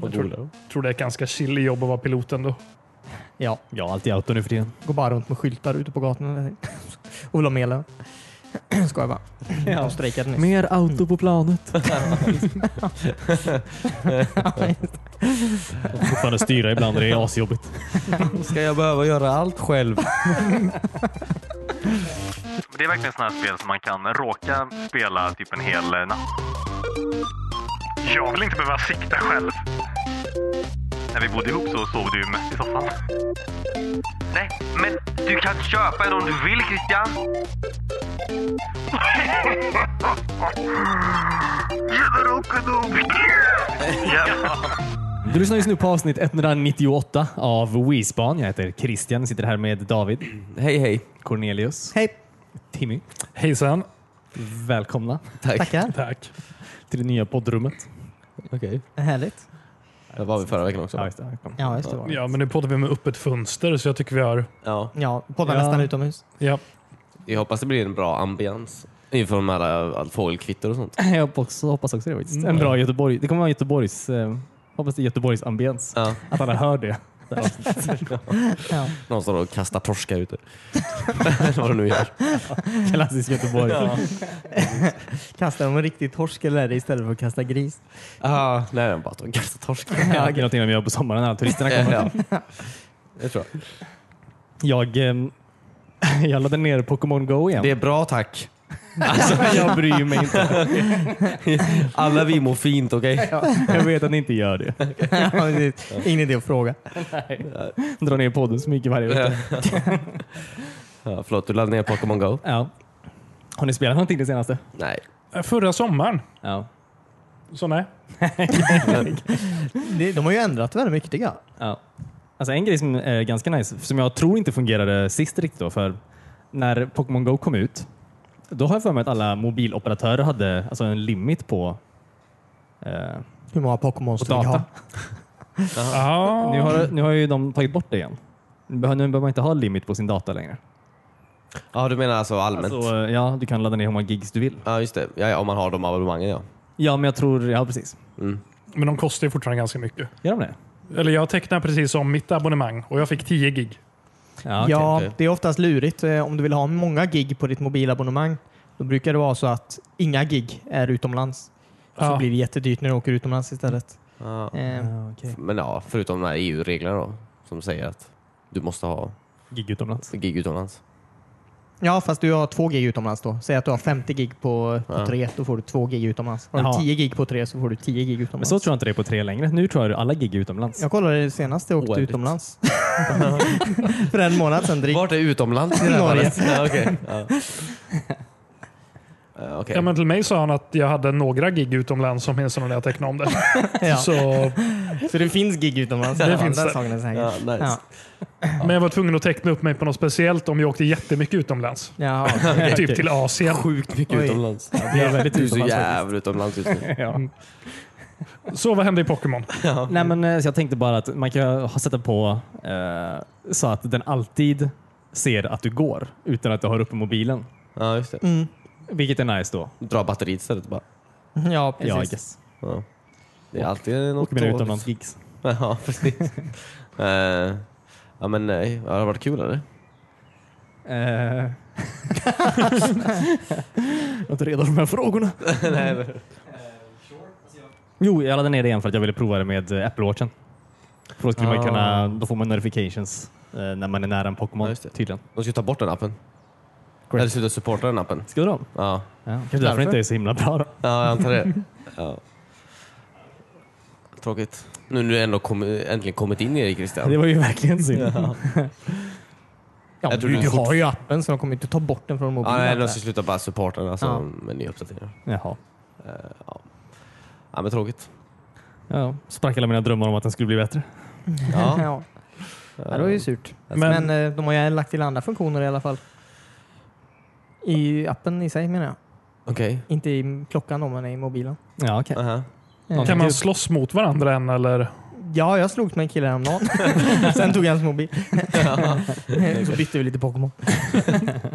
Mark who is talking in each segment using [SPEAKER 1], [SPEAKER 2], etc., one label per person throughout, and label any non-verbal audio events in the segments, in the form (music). [SPEAKER 1] Vad
[SPEAKER 2] tror-
[SPEAKER 1] borde de?
[SPEAKER 2] Tror det är ett ganska chillig jobb att vara pilot ändå.
[SPEAKER 3] Ja,
[SPEAKER 1] Jag har alltid auto nu för tiden.
[SPEAKER 3] går bara runt med skyltar ute på gatorna. (laughs) Ola Mela. (clears throat) Skojar bara. De
[SPEAKER 1] Ja.
[SPEAKER 3] strejkade nyss.
[SPEAKER 1] Mer auto på
[SPEAKER 4] (laughs)
[SPEAKER 1] planet.
[SPEAKER 3] (laughs)
[SPEAKER 1] Jag får fortfarande styra ibland och det är asjobbigt.
[SPEAKER 4] Ska jag behöva göra allt själv?
[SPEAKER 5] Men Det är verkligen sådana här spel som man kan råka spela typ en hel eh, natt.
[SPEAKER 2] Jag vill inte behöva sikta själv.
[SPEAKER 5] När vi bodde ihop så sov du ju mest i soffan. Nej, men du kan köpa en om du vill Christian.
[SPEAKER 1] Du lyssnar just nu på avsnitt 198 av WeSpan. Jag heter Christian och sitter här med David,
[SPEAKER 4] Hej hej.
[SPEAKER 1] Cornelius,
[SPEAKER 3] Hej!
[SPEAKER 1] Timmy.
[SPEAKER 2] Hejsan.
[SPEAKER 1] Välkomna
[SPEAKER 4] Tack.
[SPEAKER 3] Tackar.
[SPEAKER 2] Tack.
[SPEAKER 1] till det nya poddrummet.
[SPEAKER 4] Okej.
[SPEAKER 3] Härligt.
[SPEAKER 4] Det var vi förra veckan också.
[SPEAKER 1] Ja,
[SPEAKER 4] Ja.
[SPEAKER 1] just det. Kom.
[SPEAKER 3] Ja, just det. Var. det.
[SPEAKER 2] Ja, men nu poddar vi med öppet fönster så jag tycker vi har...
[SPEAKER 3] Ja, poddar
[SPEAKER 1] Ja.
[SPEAKER 3] nästan utomhus.
[SPEAKER 2] Ja,
[SPEAKER 4] Jag hoppas det blir en bra ambians. Inför de här äh, fågelkvitter och sånt.
[SPEAKER 1] Jag hoppas hoppas också det faktiskt. En bra Göteborg. Det kommer vara Göteborgs, eh, hoppas det är Göteborgs ambiens.
[SPEAKER 4] Ja.
[SPEAKER 1] Att alla hör (laughs) det. det här avsnittet.
[SPEAKER 3] Ja.
[SPEAKER 4] Någon står och kastar torskar ute. Eller (laughs) vad de nu gör.
[SPEAKER 1] Klassisk Göteborg.
[SPEAKER 3] Kastar de en riktig torsk eller är det istället för att kasta gris? (laughs)
[SPEAKER 4] Ah, nej, de bara står och kastar torskar.
[SPEAKER 1] Det är någonting de gör på sommaren när alla turisterna kommer.
[SPEAKER 4] Ja. Det tror jag.
[SPEAKER 1] Jag, ehm, (laughs) jag laddade ner Pokémon Go igen. Alltså,
[SPEAKER 4] Det är bra tack.
[SPEAKER 1] jag bryr mig inte.
[SPEAKER 4] Alla vi mår fint, okej?
[SPEAKER 1] Jag vet att ni inte gör
[SPEAKER 4] (laughs)
[SPEAKER 1] det.
[SPEAKER 3] Ja, precis. Ingen idé att fråga.
[SPEAKER 1] Dra ner podden så mycket varje vecka.
[SPEAKER 4] Ja, förlåt, du laddade ner Pokémon Go?
[SPEAKER 1] Ja. Har ni spelat någonting det senaste?
[SPEAKER 4] Nej.
[SPEAKER 2] Äh, förra sommaren.
[SPEAKER 1] Ja.
[SPEAKER 2] Så nej.
[SPEAKER 3] Det- De har ju ändrat väldigt mycket tycker jag.
[SPEAKER 1] ja. Alltså en grej som är ganska nice, som jag tror inte fungerade sist riktigt då, för när Pokémon Go kom ut, då har jag för mig att alla mobiloperatörer hade alltså en limit på eh,
[SPEAKER 3] Hur många Pokémons
[SPEAKER 1] På
[SPEAKER 3] du vill
[SPEAKER 1] data.
[SPEAKER 3] ha.
[SPEAKER 2] Ja.
[SPEAKER 1] nu, har, nu har ju de tagit bort det igen. Nu behöver nu behöver man inte ha limit på sin data längre.
[SPEAKER 4] Ja, du menar alltså allmänt?
[SPEAKER 1] Så, eh, ja, du kan ladda ner hur många gigs du vill.
[SPEAKER 4] Ja, just det. Ja, ja, om man har de abonnemangen, ja.
[SPEAKER 1] Ja, men jag tror... Ja, precis.
[SPEAKER 2] Men de kostar ju fortfarande ganska mycket.
[SPEAKER 1] Gör de det?
[SPEAKER 2] Eller jag tecknade precis om mitt abonnemang och jag fick 10 gig.
[SPEAKER 1] Ja, Ah, okej.
[SPEAKER 3] ja,
[SPEAKER 4] okej.
[SPEAKER 3] det är oftast lurigt. Eh, Om du vill ha många gig på ditt mobilabonnemang, då brukar det vara så att inga gig är utomlands. Så
[SPEAKER 2] Ja.
[SPEAKER 3] blir det jättedyrt när du åker utomlands istället.
[SPEAKER 4] Ja.
[SPEAKER 3] Eh,
[SPEAKER 1] Ja, Ah, okej.
[SPEAKER 4] Men ja, förutom de här EU-reglerna då, som säger att du måste ha
[SPEAKER 1] Gig utomlands.
[SPEAKER 4] gig utomlands.
[SPEAKER 3] Ja, fast du har två gig utomlands då. Säg att du har 50 gig på, på
[SPEAKER 4] Ja.
[SPEAKER 3] tre, då får du två gig utomlands. Har
[SPEAKER 1] Jaha.
[SPEAKER 3] du 10 gig på tre så får du 10 gig
[SPEAKER 1] Men
[SPEAKER 3] utomlands.
[SPEAKER 1] så tror jag inte det är på tre längre. Nu tror jag alla gig är utomlands.
[SPEAKER 3] Jag kollade senast jag åkte
[SPEAKER 1] (laughs)
[SPEAKER 4] Oärligt.
[SPEAKER 3] utomlanans. (laughs) För en månad sedan drygt.
[SPEAKER 4] Vart är utomlands (laughs) i det här
[SPEAKER 3] Norge.
[SPEAKER 4] fallet? Ja, okej. Ja. (laughs) Ja, okej.
[SPEAKER 2] Ja, men till mig sa han att jag hade några gig utomlands åtminstone när jag tecknade (laughs) om det.
[SPEAKER 3] Ja.
[SPEAKER 2] Så,
[SPEAKER 3] Så det finns gig utomlands?
[SPEAKER 2] Det
[SPEAKER 3] Ja,
[SPEAKER 2] finns
[SPEAKER 3] där
[SPEAKER 2] det.
[SPEAKER 3] sa ni säkert.
[SPEAKER 4] Ja, nice.
[SPEAKER 3] Ja.
[SPEAKER 2] men jag var tvungen att teckna upp mig på något speciellt om jag åkte jättemycket (laughs) utomlands.
[SPEAKER 3] Jaha.
[SPEAKER 2] Typ till Asien.
[SPEAKER 4] Sjukt mycket
[SPEAKER 3] Oj.
[SPEAKER 4] utomlands.
[SPEAKER 1] Det är väldigt
[SPEAKER 4] Du är så
[SPEAKER 1] utomlands faktiskt.
[SPEAKER 4] jävla utomlands just
[SPEAKER 1] (laughs)
[SPEAKER 4] nu.
[SPEAKER 1] Ja.
[SPEAKER 2] Så vad hände i Pokémon?
[SPEAKER 1] Nej, men, eh, så jag tänkte bara att man kan ha- sätta på eh, så att den alltid ser att du går utan att du har uppe mobilen.
[SPEAKER 4] Ja, just det.
[SPEAKER 1] Vilket är nice då.
[SPEAKER 4] Dra batteriet istället bara.
[SPEAKER 3] Ja,
[SPEAKER 1] Ja, I
[SPEAKER 3] precis.
[SPEAKER 1] guess.
[SPEAKER 4] Ja. Det är alltid något
[SPEAKER 1] Och mina
[SPEAKER 4] dåligt.
[SPEAKER 1] utomlandsgigs.
[SPEAKER 4] (laughs) Ja, precis. Eh, ja, men nej. Ja, det har varit kul eller?
[SPEAKER 1] Eh. (laughs) jag är inte redo för de här frågorna.
[SPEAKER 4] (laughs) nej, men.
[SPEAKER 1] Jo, jag laddade ner det igen för att jag ville prova det med eh, Apple Watchen. För då, skulle man
[SPEAKER 4] Ah.
[SPEAKER 1] kunna, då får man notifications eh, när man är nära en Pokémon
[SPEAKER 4] Ja, just det.
[SPEAKER 1] tydligen.
[SPEAKER 4] De ska ta bort den appen.
[SPEAKER 1] Correct.
[SPEAKER 4] Eller sluta supporta den appen.
[SPEAKER 1] Skulle de?
[SPEAKER 4] Ja,
[SPEAKER 1] Ja, kanske därför det inte är så himla bra. Då.
[SPEAKER 4] ja jag antar det. Ja. Tråkigt. Nu när du ändå kom, äntligen kommit in i det Christian.
[SPEAKER 1] Det var ju verkligen synd.
[SPEAKER 4] (laughs)
[SPEAKER 3] Ja,
[SPEAKER 4] Jag tror
[SPEAKER 3] du,
[SPEAKER 4] du
[SPEAKER 3] du
[SPEAKER 4] fort-
[SPEAKER 3] har ju appen så de kommer inte ta bort den från
[SPEAKER 4] Ja,
[SPEAKER 3] mobilen.
[SPEAKER 4] nej, de ska sluta bara supporta den alltså,
[SPEAKER 3] Ja.
[SPEAKER 4] med nya uppdateringar.
[SPEAKER 1] Jaha.
[SPEAKER 4] Ja, men tråkigt.
[SPEAKER 1] Ja, sprack alla mina drömmar om att den skulle bli bättre.
[SPEAKER 4] Ja.
[SPEAKER 3] ja. Ja, det var ju surt. Men,
[SPEAKER 2] Men-
[SPEAKER 3] eh, de har ju lagt till andra funktioner i alla fall. I appen i sig menar jag.
[SPEAKER 4] Okej.
[SPEAKER 3] Inte i klockan då, men i mobilen.
[SPEAKER 1] Ja, okej.
[SPEAKER 4] Aha.
[SPEAKER 3] Eh,
[SPEAKER 2] Kan man slåss mot varandra än eller?
[SPEAKER 3] Ja, jag slogs med en kille
[SPEAKER 4] (laughs)
[SPEAKER 3] häromdagen. Sen tog jag hans mobil. (laughs) så bytte vi lite Pokémon.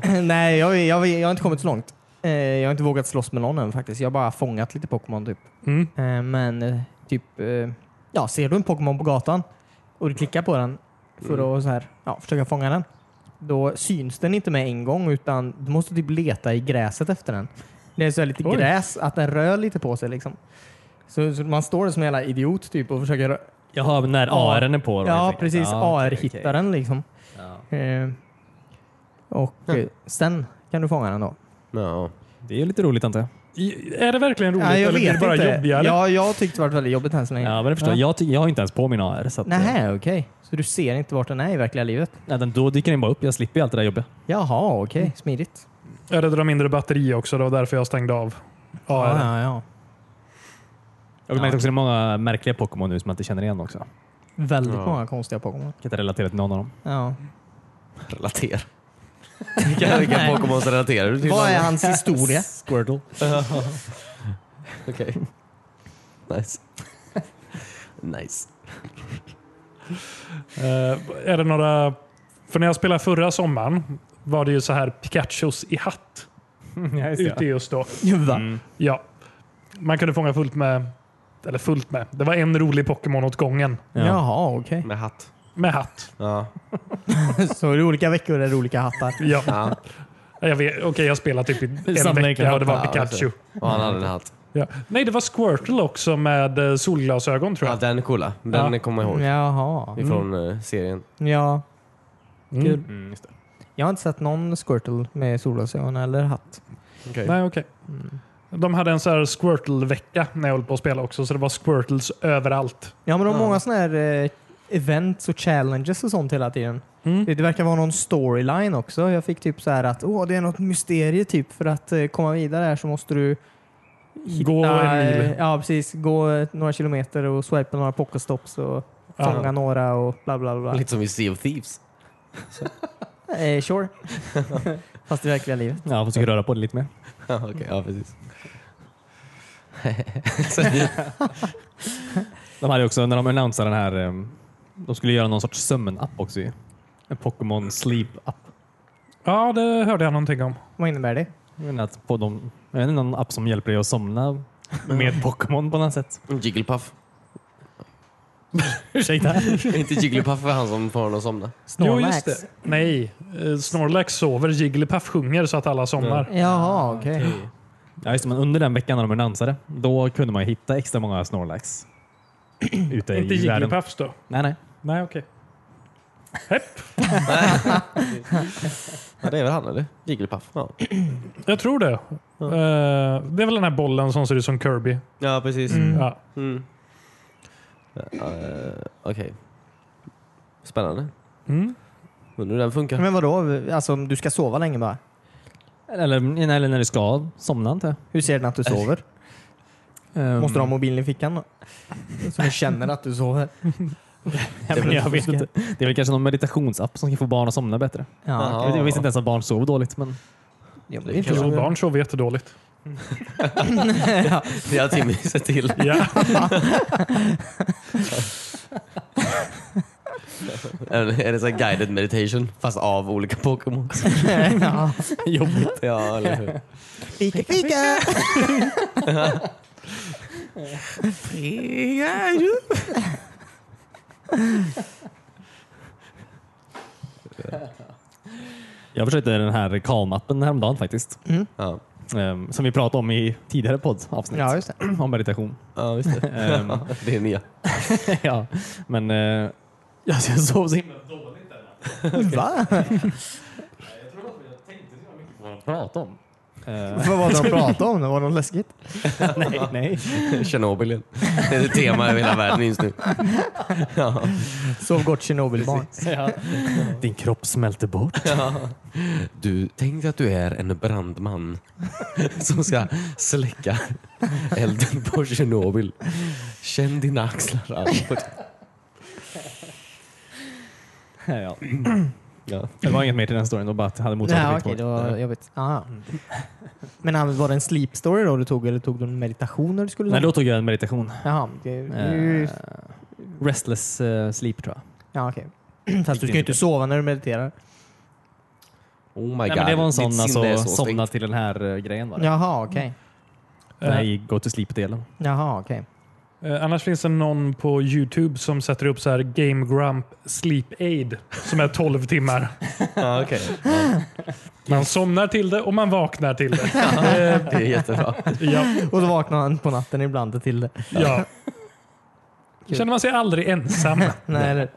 [SPEAKER 3] (laughs) Nej, jag, jag, jag har inte kommit så långt. Eh, Jag har inte vågat slåss med någon än faktiskt. Jag har bara fångat lite Pokémon typ.
[SPEAKER 2] Mm.
[SPEAKER 3] Eh, Men eh, typ eh, ja, ser du en Pokémon på gatan och du klickar på den för att så här, ja, försöka fånga den, då syns den inte med en gång utan du måste typ leta i gräset efter den. Det är så här lite
[SPEAKER 2] Oj.
[SPEAKER 3] gräs, att den rör lite på sig. Liksom. Så, så man står där som en jävla idiot typ och försöker... rö-
[SPEAKER 1] Jaha, när
[SPEAKER 3] Ja.
[SPEAKER 1] AR är på? då, helt
[SPEAKER 3] Ja,
[SPEAKER 1] enkelt.
[SPEAKER 3] precis.
[SPEAKER 1] Ja, okej, okej.
[SPEAKER 3] AR-hittaren liksom.
[SPEAKER 1] Ja.
[SPEAKER 3] Eh, och eh, sen kan du fånga den då.
[SPEAKER 4] Ja.
[SPEAKER 1] Det är ju lite roligt antar jag.
[SPEAKER 2] I- Är det verkligen roligt
[SPEAKER 3] Ja, jag
[SPEAKER 2] eller blir det
[SPEAKER 3] vet
[SPEAKER 2] bara
[SPEAKER 3] inte.
[SPEAKER 2] jobbigare?
[SPEAKER 3] Ja, jag tyckte det var väldigt jobbigt än så länge.
[SPEAKER 1] Ja, men det förstår jag. Jag, ty- jag har inte ens på min AR. Så att, eh,
[SPEAKER 3] Nähä, okej. Så du ser inte vart den är i verkliga livet?
[SPEAKER 1] nej, den, då dyker den bara upp. Jag slipper ju allt det där jobbet.
[SPEAKER 3] Jaha, okej. Smidigt.
[SPEAKER 2] Är det drar mindre batteri också? Det var därför jag stängde av. Ja,
[SPEAKER 1] Ah,
[SPEAKER 3] Ja, ja, ja.
[SPEAKER 1] Jag har märkt också att det är många märkliga Pokémon nu som man inte känner igen också. Jag
[SPEAKER 3] Väldigt
[SPEAKER 4] Ja.
[SPEAKER 3] många konstiga Pokémon.
[SPEAKER 1] kan inte relatera till någon av dem.
[SPEAKER 3] Ja.
[SPEAKER 4] Relatera. Vilka, vilka Pokémons relaterar typ du till?
[SPEAKER 3] Vad är hans
[SPEAKER 4] (laughs)
[SPEAKER 3] historia?
[SPEAKER 1] Squirtle.
[SPEAKER 4] Okej. Nice. nice.
[SPEAKER 2] Eh, är det några... För när jag spelade förra sommaren var det ju så här Pikachus i hatt
[SPEAKER 1] (laughs) ja, just
[SPEAKER 2] ute
[SPEAKER 1] det.
[SPEAKER 2] just då.
[SPEAKER 3] Va?
[SPEAKER 1] Mm.
[SPEAKER 2] Ja. Man kunde fånga fullt med... Eller fullt med. Det var en rolig Pokémon åt gången.
[SPEAKER 1] Ja.
[SPEAKER 3] Jaha, okej.
[SPEAKER 4] Med hatt.
[SPEAKER 2] Med hatt.
[SPEAKER 4] Ja.
[SPEAKER 3] (laughs) Så är det olika veckor är det olika hattar.
[SPEAKER 2] Ja.
[SPEAKER 4] ja.
[SPEAKER 2] Jag vet, okej, jag spelade typ i en
[SPEAKER 1] Samla
[SPEAKER 2] vecka och det var
[SPEAKER 4] hattar, ja,
[SPEAKER 2] Pikachu.
[SPEAKER 4] Och han hade en hatt.
[SPEAKER 2] Ja. Nej, det var Squirtle också med eh, solglasögon tror
[SPEAKER 4] Ja,
[SPEAKER 2] jag.
[SPEAKER 4] den är coola. Den
[SPEAKER 2] Ja.
[SPEAKER 4] kommer jag ihåg.
[SPEAKER 3] Jaha.
[SPEAKER 4] Ifrån eh, serien.
[SPEAKER 3] Ja.
[SPEAKER 2] Mm.
[SPEAKER 1] Mm, just det.
[SPEAKER 3] Jag har inte sett någon Squirtle med solglasögon eller hatt.
[SPEAKER 2] Nej, okej.
[SPEAKER 1] Mm.
[SPEAKER 2] De hade en så här Squirtle-vecka när jag höll på att spela också, så det var Squirtles överallt.
[SPEAKER 3] Ja, men de har
[SPEAKER 4] Ja.
[SPEAKER 3] många sådana här eh, events och challenges och sånt hela tiden.
[SPEAKER 2] Mm.
[SPEAKER 3] Det, det verkar vara någon storyline också. Jag fick typ så här att åh, det är något mysterie typ. För att eh, komma vidare här så måste du
[SPEAKER 2] Gå en mil.
[SPEAKER 3] Ja, precis. Gå eh, några kilometer och swipa några pokestops och
[SPEAKER 2] Ja.
[SPEAKER 3] fånga några och bla bla bla.
[SPEAKER 4] Lite som i Sea of Thieves. (laughs)
[SPEAKER 3] Eh, sure. (laughs) Fast i verkliga livet.
[SPEAKER 1] Ja, försöker röra på det lite mer.
[SPEAKER 4] Ja, okej. Ja, precis.
[SPEAKER 1] De hade ju också, när de annonsade den här, eh, de skulle göra någon sorts sömnapp också ju. En Pokémon Sleep-app.
[SPEAKER 2] Ja, det hörde jag någonting om.
[SPEAKER 3] Vad innebär det?
[SPEAKER 1] Jag menar att på dem, jag vet inte, någon app som hjälper dig att somna med Pokémon på något sätt.
[SPEAKER 4] Jigglepuff.
[SPEAKER 1] Ursäkta?
[SPEAKER 4] Inte Jigglepuff för han som får honom att somna.
[SPEAKER 3] Snorlax?
[SPEAKER 2] Jo, just det. Nej, eh, Snorlax sover, Jigglypuff sjunger så att alla somnar.
[SPEAKER 3] Jaha, okej.
[SPEAKER 1] Ja, just det, men under den veckan när de annonserade, då kunde man ju hitta extra många Snorlax. Ute
[SPEAKER 2] Inte
[SPEAKER 1] i världen.
[SPEAKER 2] Jigglypuffs då?
[SPEAKER 1] Nej, nej.
[SPEAKER 2] Nej, okej.
[SPEAKER 4] Ja, det är väl han eller? Jigglepuff. Ja,
[SPEAKER 2] Jag tror det. Eh, det är väl den här bollen som ser ut som Kirby.
[SPEAKER 4] ja precis.
[SPEAKER 2] Ja.
[SPEAKER 4] Mm. Eh, Okej. Spännande.
[SPEAKER 2] Mm.
[SPEAKER 4] Undrar hur den
[SPEAKER 2] typ.
[SPEAKER 4] funkar.
[SPEAKER 3] Men vadå? Alltså, om du ska sova länge bara?
[SPEAKER 1] Eller, nej, eller när du ska somna antar jag.
[SPEAKER 3] Hur ser den att du
[SPEAKER 2] Äh,
[SPEAKER 3] sover?
[SPEAKER 2] um.
[SPEAKER 1] Ehm,
[SPEAKER 3] Måste du ha mobilen i fickan då? Så den känner att du sover?
[SPEAKER 1] ja, men Ehm, jag vet inte. Det är väl kanske någon meditationsapp som kan få barn att somna bättre.
[SPEAKER 3] Ja,
[SPEAKER 4] Jaha.
[SPEAKER 3] okej.
[SPEAKER 1] Jag vet- Jag visste inte ens att barn sov dåligt. Men
[SPEAKER 3] ja, men
[SPEAKER 4] Det kan
[SPEAKER 3] inte
[SPEAKER 2] Jo,
[SPEAKER 3] så-
[SPEAKER 2] barn sover jättedåligt.
[SPEAKER 3] Ja.
[SPEAKER 4] Det har Timmy sett till.
[SPEAKER 2] Ja. Eh,
[SPEAKER 4] Eller Är det så här guided meditation fast av olika
[SPEAKER 1] (laughs)
[SPEAKER 4] Pokémon?
[SPEAKER 3] (laughs) Ja.
[SPEAKER 4] Jobbigt. Ja, eller hur?
[SPEAKER 3] Fika,
[SPEAKER 2] (laughs)
[SPEAKER 3] fika!
[SPEAKER 1] jag försökte den här Calm-appen häromdagen faktiskt.
[SPEAKER 4] Ja,
[SPEAKER 1] Ehm, som vi pratade om i tidigare poddavsnitt.
[SPEAKER 3] Ja, just det.
[SPEAKER 1] (clears throat) Om meditation.
[SPEAKER 4] ja
[SPEAKER 1] (laughs)
[SPEAKER 4] visst det.
[SPEAKER 1] Ehm,
[SPEAKER 4] Det är nya.
[SPEAKER 1] ja, men eh, alltså, jag sov så himla
[SPEAKER 3] Va?
[SPEAKER 1] prata om. Eh,
[SPEAKER 3] Vad var det de pratade om? Var det något läskigt?
[SPEAKER 1] nej, nej.
[SPEAKER 4] Tjernobyl igen. Det är ett tema över hela världen just nu. Ja,
[SPEAKER 3] Sov gott Tjernobylbarn.
[SPEAKER 1] (laughs) Ja. Din kropp smälter bort.
[SPEAKER 4] ja. Du, tänk dig att du är en brandman (laughs) som ska släcka elden på Tjernobyl. Känn dina axlar
[SPEAKER 1] (clears throat)
[SPEAKER 4] Albert.
[SPEAKER 1] ja.
[SPEAKER 4] Ja.
[SPEAKER 1] Det var inget mer till den storyn, då bara att jag hade motsatt
[SPEAKER 3] Ja,
[SPEAKER 1] effekt på
[SPEAKER 3] okej, det
[SPEAKER 1] det.
[SPEAKER 3] var jobbigt. Ah. Men Anders, var det en sleep story då du tog eller tog du en meditation när du skulle
[SPEAKER 1] Nej, då tog jag en meditation.
[SPEAKER 3] Jaha, det, det är ju...
[SPEAKER 1] Eh, restless eh, sleep tror jag.
[SPEAKER 3] ja, okej. Fast du ska ju inte
[SPEAKER 1] inte.
[SPEAKER 3] sova när du mediterar.
[SPEAKER 4] Oh my
[SPEAKER 1] Nej,
[SPEAKER 4] god.
[SPEAKER 1] men det var en
[SPEAKER 4] Ditt
[SPEAKER 1] sån
[SPEAKER 4] sinne är
[SPEAKER 1] alltså,
[SPEAKER 4] så
[SPEAKER 1] somna
[SPEAKER 4] stängt.
[SPEAKER 1] till den här eh, grejen. Var det.
[SPEAKER 3] Jaha, okej.
[SPEAKER 1] Den här go to sleep-delen.
[SPEAKER 3] Jaha, okej.
[SPEAKER 2] Eh, annars finns det någon på Youtube som sätter upp så här Game Grump Sleep Aid som är 12 timmar.
[SPEAKER 4] Ja, okej.
[SPEAKER 2] Man somnar till det och man vaknar till det.
[SPEAKER 4] Det är jättebra.
[SPEAKER 2] Ja,
[SPEAKER 3] Och så vaknar han på natten ibland till det.
[SPEAKER 2] (laughs) ja. Känner man sig aldrig ensam.
[SPEAKER 3] Nej, eller...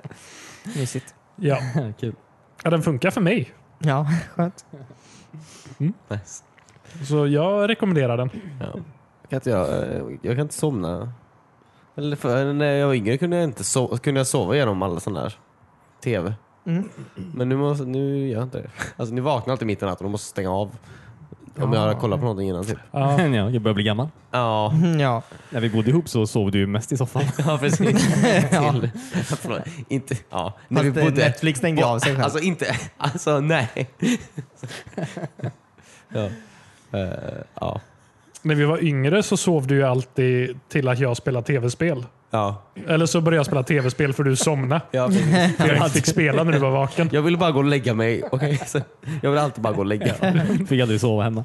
[SPEAKER 3] Mysigt.
[SPEAKER 2] Ja.
[SPEAKER 1] (laughs) Kul.
[SPEAKER 2] ja, den funkar för mig.
[SPEAKER 3] Ja, (laughs) skönt.
[SPEAKER 4] Nice.
[SPEAKER 2] Så jag rekommenderar den.
[SPEAKER 4] Ja. Kan inte jag, eh, jag kan inte somna. Eller för, när jag var yngre kunde jag, inte so- kunde jag sova genom alla sådana där tv.
[SPEAKER 3] Mm.
[SPEAKER 4] Men nu, måste, nu gör jag inte det. Alltså, nu vaknar jag alltid mitt i natten och måste stänga av. Om jag har kollat på någonting innan typ.
[SPEAKER 2] Ja.
[SPEAKER 1] Men (laughs) ja, jag börjar bli gammal.
[SPEAKER 4] Ja, (laughs)
[SPEAKER 3] Mm, Ja.
[SPEAKER 1] När vi bodde ihop så sov du ju mest i (laughs) soffan.
[SPEAKER 4] ja precis.
[SPEAKER 3] (laughs)
[SPEAKER 4] Till. Förlåt, inte, ja. När vi
[SPEAKER 3] Fast eh,
[SPEAKER 4] bodde,
[SPEAKER 3] Netflix stängde av sig själv.
[SPEAKER 4] alltså inte,
[SPEAKER 3] (laughs)
[SPEAKER 4] alltså nej. ja. Eh, ja.
[SPEAKER 2] När vi var yngre så sov du ju alltid till att jag spelade tv-spel.
[SPEAKER 4] Ja.
[SPEAKER 2] Eller så började jag spela tv-spel för du somnade.
[SPEAKER 4] Ja, precis.
[SPEAKER 2] För jag inte fick spela när du var vaken.
[SPEAKER 4] jag vill bara gå och lägga mig. Okay? (laughs) Så, jag vill alltid bara gå och lägga mig.
[SPEAKER 1] Fick aldrig sova hemma.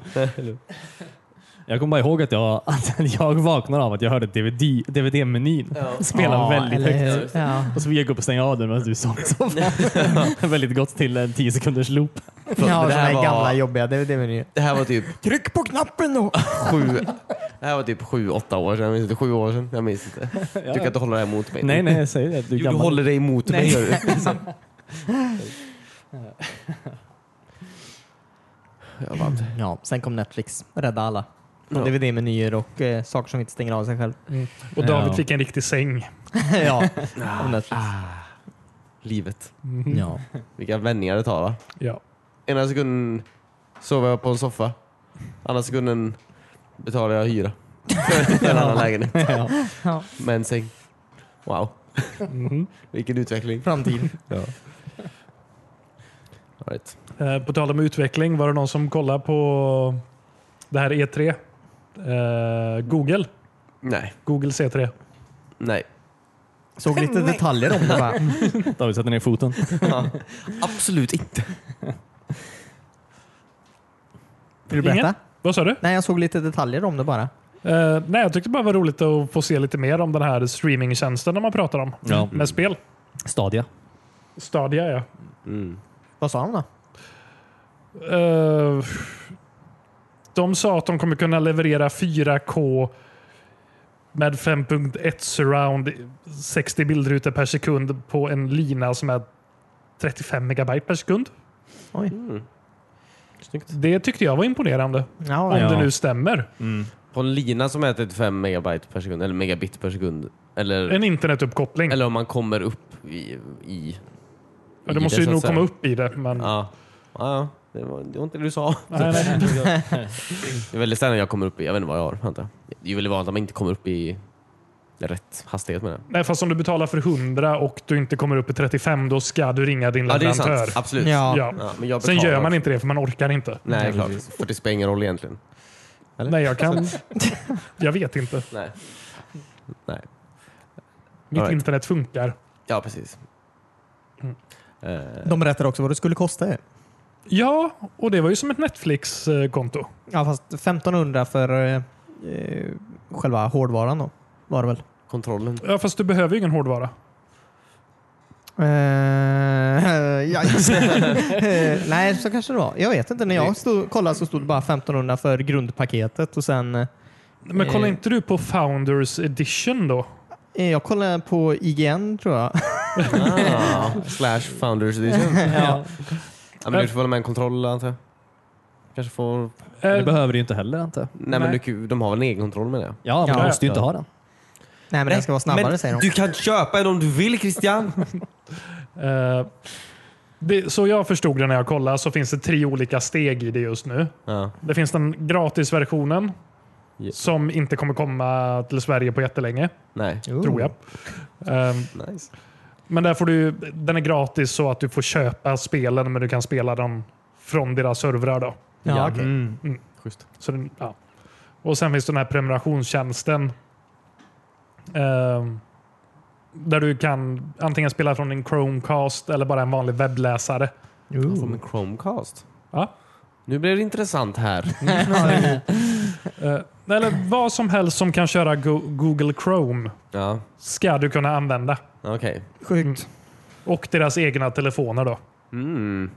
[SPEAKER 1] Jag kommer bara ihåg att jag, (laughs) att jag vaknade av att jag hörde DVD DVD-menyn spela
[SPEAKER 3] Ja,
[SPEAKER 1] väldigt
[SPEAKER 3] eller
[SPEAKER 1] högt.
[SPEAKER 3] hur? Ja.
[SPEAKER 1] Och så fick jag gå upp och stänga av den medan du sov i soffan. (laughs) väldigt gott till en 10 sekunders loop.
[SPEAKER 3] Ja,
[SPEAKER 4] det
[SPEAKER 3] sådana
[SPEAKER 4] här
[SPEAKER 3] här
[SPEAKER 4] var-
[SPEAKER 3] gamla jobbiga DVD-menyer.
[SPEAKER 4] Det här var typ
[SPEAKER 3] Tryck på knappen då!
[SPEAKER 4] sju, det här var typ sju, åtta år sedan. Jag minns inte, sju år sedan. Jag minns inte. Du kan inte hålla det här emot
[SPEAKER 1] (laughs)
[SPEAKER 4] mig.
[SPEAKER 1] Nej, nej, jag säger det. Du, är
[SPEAKER 4] Jo, du
[SPEAKER 1] gammal.
[SPEAKER 4] håller dig emot mig. Gör du. Jag bara,
[SPEAKER 3] Ja, sen kom Netflix. Rädda alla. Från DVD-menyer och eh, saker som inte stänger av sig själv.
[SPEAKER 2] Och David
[SPEAKER 1] Ja.
[SPEAKER 2] fick en riktig säng.
[SPEAKER 3] (laughs) ja, (laughs) Ah. om Netflix.
[SPEAKER 4] livet.
[SPEAKER 2] Mm-hmm.
[SPEAKER 3] Ja.
[SPEAKER 4] Vilka vändningar det tar va?
[SPEAKER 2] Ja.
[SPEAKER 4] Ena sekunden sover jag på en soffa. Andra sekunden betalar jag hyra. För
[SPEAKER 1] (laughs)
[SPEAKER 4] en annan lägenhet.
[SPEAKER 3] Ja.
[SPEAKER 4] Med en säng. Wow.
[SPEAKER 2] Mm-hmm.
[SPEAKER 4] Vilken utveckling.
[SPEAKER 3] Framtid.
[SPEAKER 4] Ja. Right.
[SPEAKER 2] Eh, På tal om utveckling, var det någon som kollade på det här E3? Eh, Google.
[SPEAKER 4] Nej,
[SPEAKER 2] Google C3.
[SPEAKER 4] nej.
[SPEAKER 3] Såg lite detaljer om det (laughs) bara.
[SPEAKER 1] David sätter ner foten.
[SPEAKER 4] Absolut inte.
[SPEAKER 3] Vill du berätta?
[SPEAKER 2] Ingen? Vad sa du?
[SPEAKER 3] Nej, jag såg lite detaljer om det bara.
[SPEAKER 2] Eh, nej, jag tyckte bara det var roligt att få se lite mer om den här streamingtjänsten de man pratar om.
[SPEAKER 1] Ja.
[SPEAKER 4] Mm.
[SPEAKER 2] Med spel.
[SPEAKER 1] Stadia.
[SPEAKER 2] Stadia ja.
[SPEAKER 4] Mm.
[SPEAKER 3] Vad sa de då?
[SPEAKER 2] Eh, de sa att de kommer kunna leverera 4K med 5.1 surround 60 bildrutor per sekund på en lina som är 35 megabyte per sekund.
[SPEAKER 3] Oj.
[SPEAKER 2] Det tyckte jag var imponerande. Om
[SPEAKER 3] Ja, ja.
[SPEAKER 2] det nu stämmer.
[SPEAKER 4] Mm. På en lina som är 35 megabyte per sekund, eller megabit per sekund. Eller,
[SPEAKER 2] En internetuppkoppling.
[SPEAKER 4] eller om man kommer upp i... i
[SPEAKER 2] Ja, du
[SPEAKER 4] i det,
[SPEAKER 2] måste ju
[SPEAKER 4] så att
[SPEAKER 2] nog
[SPEAKER 4] säga.
[SPEAKER 2] komma upp i det. Men,
[SPEAKER 4] Ja. Ja, ja. det, var, det var inte det
[SPEAKER 2] (laughs)
[SPEAKER 4] du sa.
[SPEAKER 2] nej, nej.
[SPEAKER 4] Det är väldigt sällan jag kommer upp i, jag vet inte vad jag har. Vänta. Det är väldigt vanligt att man inte kommer upp i rätt hastighet med det.
[SPEAKER 2] nej, fast om du betalar för 100 och du inte kommer upp i 35 då ska du ringa din
[SPEAKER 4] Ja, det är
[SPEAKER 2] leverantör.
[SPEAKER 4] sant. Absolut.
[SPEAKER 3] Ja.
[SPEAKER 2] Ja.
[SPEAKER 4] Ja, men jag
[SPEAKER 2] Sen
[SPEAKER 4] betalar.
[SPEAKER 2] gör man inte det för man orkar inte.
[SPEAKER 4] Nej, klart. För det spelar ingen roll egentligen.
[SPEAKER 2] Nej, jag
[SPEAKER 4] (laughs)
[SPEAKER 2] kan... Jag vet inte.
[SPEAKER 4] Nej. Nej.
[SPEAKER 2] Mitt
[SPEAKER 4] Alright.
[SPEAKER 2] internet funkar.
[SPEAKER 4] Ja, precis.
[SPEAKER 2] Mm.
[SPEAKER 4] Eh,
[SPEAKER 3] De berättade också vad det skulle kosta. ju.
[SPEAKER 2] Ja, och det var ju som ett Netflix-konto.
[SPEAKER 3] Ja, fast 1500 för eh, eh, själva hårdvaran då. Var det väl?
[SPEAKER 4] kontrollen.
[SPEAKER 2] Ja, fast du behöver ju ingen hårdvara.
[SPEAKER 3] Eh, (laughs) ja, just det. (laughs) Eh, Nej, så kanske det var. Jag vet inte. När jag stod, kollade så stod det bara 1500 för grundpaketet och sen eh,
[SPEAKER 2] Men kolla
[SPEAKER 3] Eh.
[SPEAKER 2] inte du på Founders Edition då?
[SPEAKER 3] jag kollade på IGN tror jag. (laughs)
[SPEAKER 4] Ah, slash founders edition.
[SPEAKER 3] Ja.
[SPEAKER 4] Ja, men du får väl med en kontroll antar jag? Kanske får...
[SPEAKER 1] Det
[SPEAKER 2] Eh,
[SPEAKER 1] behöver du ju inte heller, inte.
[SPEAKER 2] Nej.
[SPEAKER 4] Nej, men du, de har väl en egen kontroll med det?
[SPEAKER 1] Ja, men
[SPEAKER 3] Ja.
[SPEAKER 1] du måste ju inte ha den.
[SPEAKER 3] Nej, men den ska vara snabbare säger de.
[SPEAKER 4] Du kan köpa en om du vill Christian!
[SPEAKER 2] eh, det, så jag förstod det när jag kollade så finns det tre olika steg i det just nu.
[SPEAKER 4] ja.
[SPEAKER 2] Det finns den gratisversionen
[SPEAKER 4] Ja.
[SPEAKER 2] som inte kommer komma till Sverige på jättelänge,
[SPEAKER 4] Nej.
[SPEAKER 3] Oh.
[SPEAKER 2] tror jag. Eh,
[SPEAKER 4] Nice.
[SPEAKER 2] men där får du, den är gratis så att du får köpa spelen men du kan spela dem från deras servrar. Då.
[SPEAKER 3] Ja, Mm.
[SPEAKER 4] Ja.
[SPEAKER 3] okej.
[SPEAKER 1] Mm.
[SPEAKER 4] Schysst.
[SPEAKER 2] Så den, ja. Och sen finns den här prenumerationstjänsten. Eh, där du kan antingen spela från din Chromecast eller bara en vanlig webbläsare.
[SPEAKER 4] Får man Alltså, Chromecast?
[SPEAKER 2] Ja.
[SPEAKER 4] Nu blir det intressant här.
[SPEAKER 2] Eh, Eller vad som helst som kan köra Go- Google Chrome
[SPEAKER 4] Ja,
[SPEAKER 2] ska du kunna använda.
[SPEAKER 4] okej.
[SPEAKER 3] Sjukt.
[SPEAKER 2] Och deras egna telefoner då.
[SPEAKER 4] Mm.